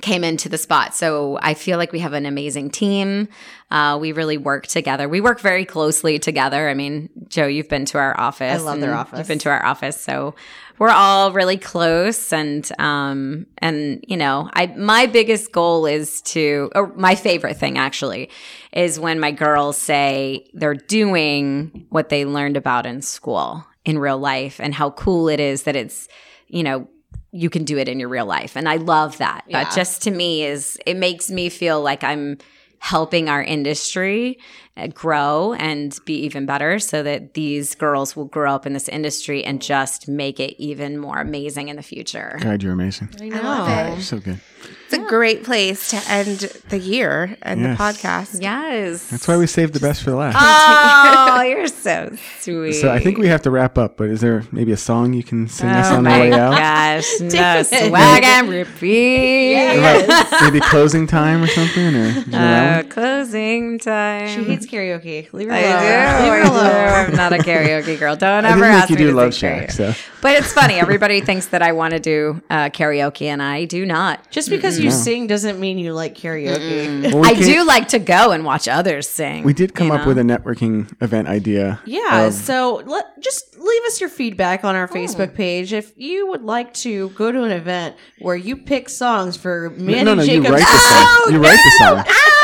E: came into the spot. So I feel like we have an amazing team. Uh, we really work together. We work very closely together. I mean, Joe, you've been to our office.
B: I love their
E: and
B: office.
E: You've been to our office, so we're all really close. And um, and you know, I my biggest goal is to, or my favorite thing actually, is when my girls say they're doing what they learned about in school in real life, and how cool it is that it's, you know. You can do it in your real life. And I love that. That
B: Yeah.
E: just to me is, it makes me feel like I'm helping our industry uh, grow and be even better so that these girls will grow up in this industry and just make it even more amazing in the future.
D: God, you're amazing.
B: I
C: love
B: know.
D: So good.
C: It's a great place to end the year and
D: Yes.
C: the podcast.
E: Yes.
D: That's why we saved the best for last.
E: <laughs>
B: <laughs>
E: Oh, you're so sweet.
D: So I think we have to wrap up, but is there maybe a song you can sing us
E: Oh
D: on the
E: my
D: way out?
B: <laughs>
E: gosh, no
B: Take a minute.
E: swag and repeat.
D: About maybe closing time or something? Or do you know that
E: Uh,
D: one?
E: closing time.
B: She hates karaoke. Leave her
E: I
B: alone.
E: do.
B: Leave her
E: I do.
B: alone.
E: I'm not a karaoke girl. Don't
D: I
E: ever
D: didn't
E: ask
D: make you
E: me
D: do
E: to
D: Love
E: sing
D: Shack, so
E: karaoke. But it's funny. Everybody thinks that I want to do uh, karaoke, and I do not.
B: Just because you sing doesn't mean you like karaoke.
D: Well, we
E: I
D: can't-
E: do like to go and watch others sing.
D: We did come
E: you
D: up
E: know?
D: with a networking event idea.
B: Yeah, so let just leave us your feedback on our
E: Oh.
B: Facebook page if you would like to go to an event where you pick songs for Manny
D: no, no,
B: Jacobs.
D: you write the
E: Oh,
D: song. you write the song.
E: Ah!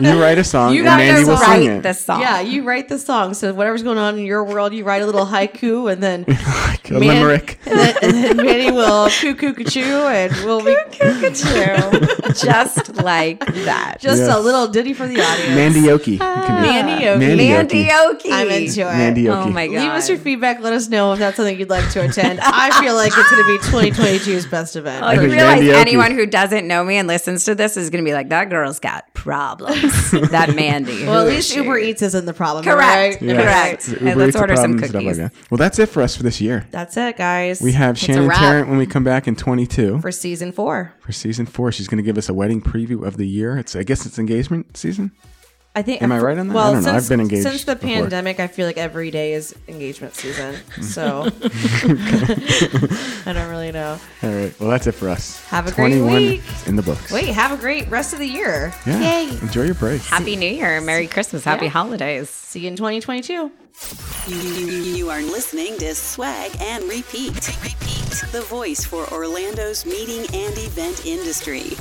D: You write a song, and
E: gotta
D: Mandy will sing
E: write
D: it.
E: the song. <laughs>
B: Yeah, you write the song. So whatever's going on in your world, you write a little haiku, and then
D: Like <laughs> a
B: Man-
D: limerick.
B: and then, and then Manny will coo coo coo choo, and we'll be
E: just like that.
B: just
D: Yes.
B: a little ditty for the audience.
D: Mandioki. It can be.
B: Mandy,
D: Mandioki.
E: Mandioki.
B: I'm into it.
D: Mandioki.
E: Ah. Oh my god!
B: Leave us your feedback. Let us know if that's something you'd like to attend. I feel like it's
D: <laughs>
B: going to be 2022's best event.
E: I
D: think
E: realize
D: Mandioki-
E: anyone who doesn't know me and listens to this is going to be like, that girl's got
D: <laughs>
E: problems. that Mandy.
B: Well, at
E: who is
B: least
E: she?
B: Uber Eats isn't the problem. am I
E: Correct.
B: right?
D: Yeah.
E: Correct.
D: Uber
E: And let's
D: Eats, the
E: order some
D: problems, stuff like
E: cookies.
D: that. Well, that's it for us for this year.
B: That's it, guys.
D: We have Shannon
E: wrap.
D: Tarrant when we come back in 22 for,
B: for season four.
D: season four. She's going to give us a wedding preview of the year. It's I guess it's engagement season.
B: I think.
D: Am I right on that? I
B: Well,
D: don't know.
B: since,
D: I've been engaged
B: since the
D: before.
B: pandemic. I feel like every day is engagement season.
D: <laughs>
B: So <laughs> I don't really know.
D: All right. Well, that's it for us.
B: Have a great week.
D: is in the books.
B: Wait, have a great rest of the year.
D: Yeah. Enjoy your break.
E: Happy New Year. Merry Christmas. Happy holidays.
B: See you in 2022.
F: You are listening to Swag and Repeat. Repeat. The voice for Orlando's meeting and event industry.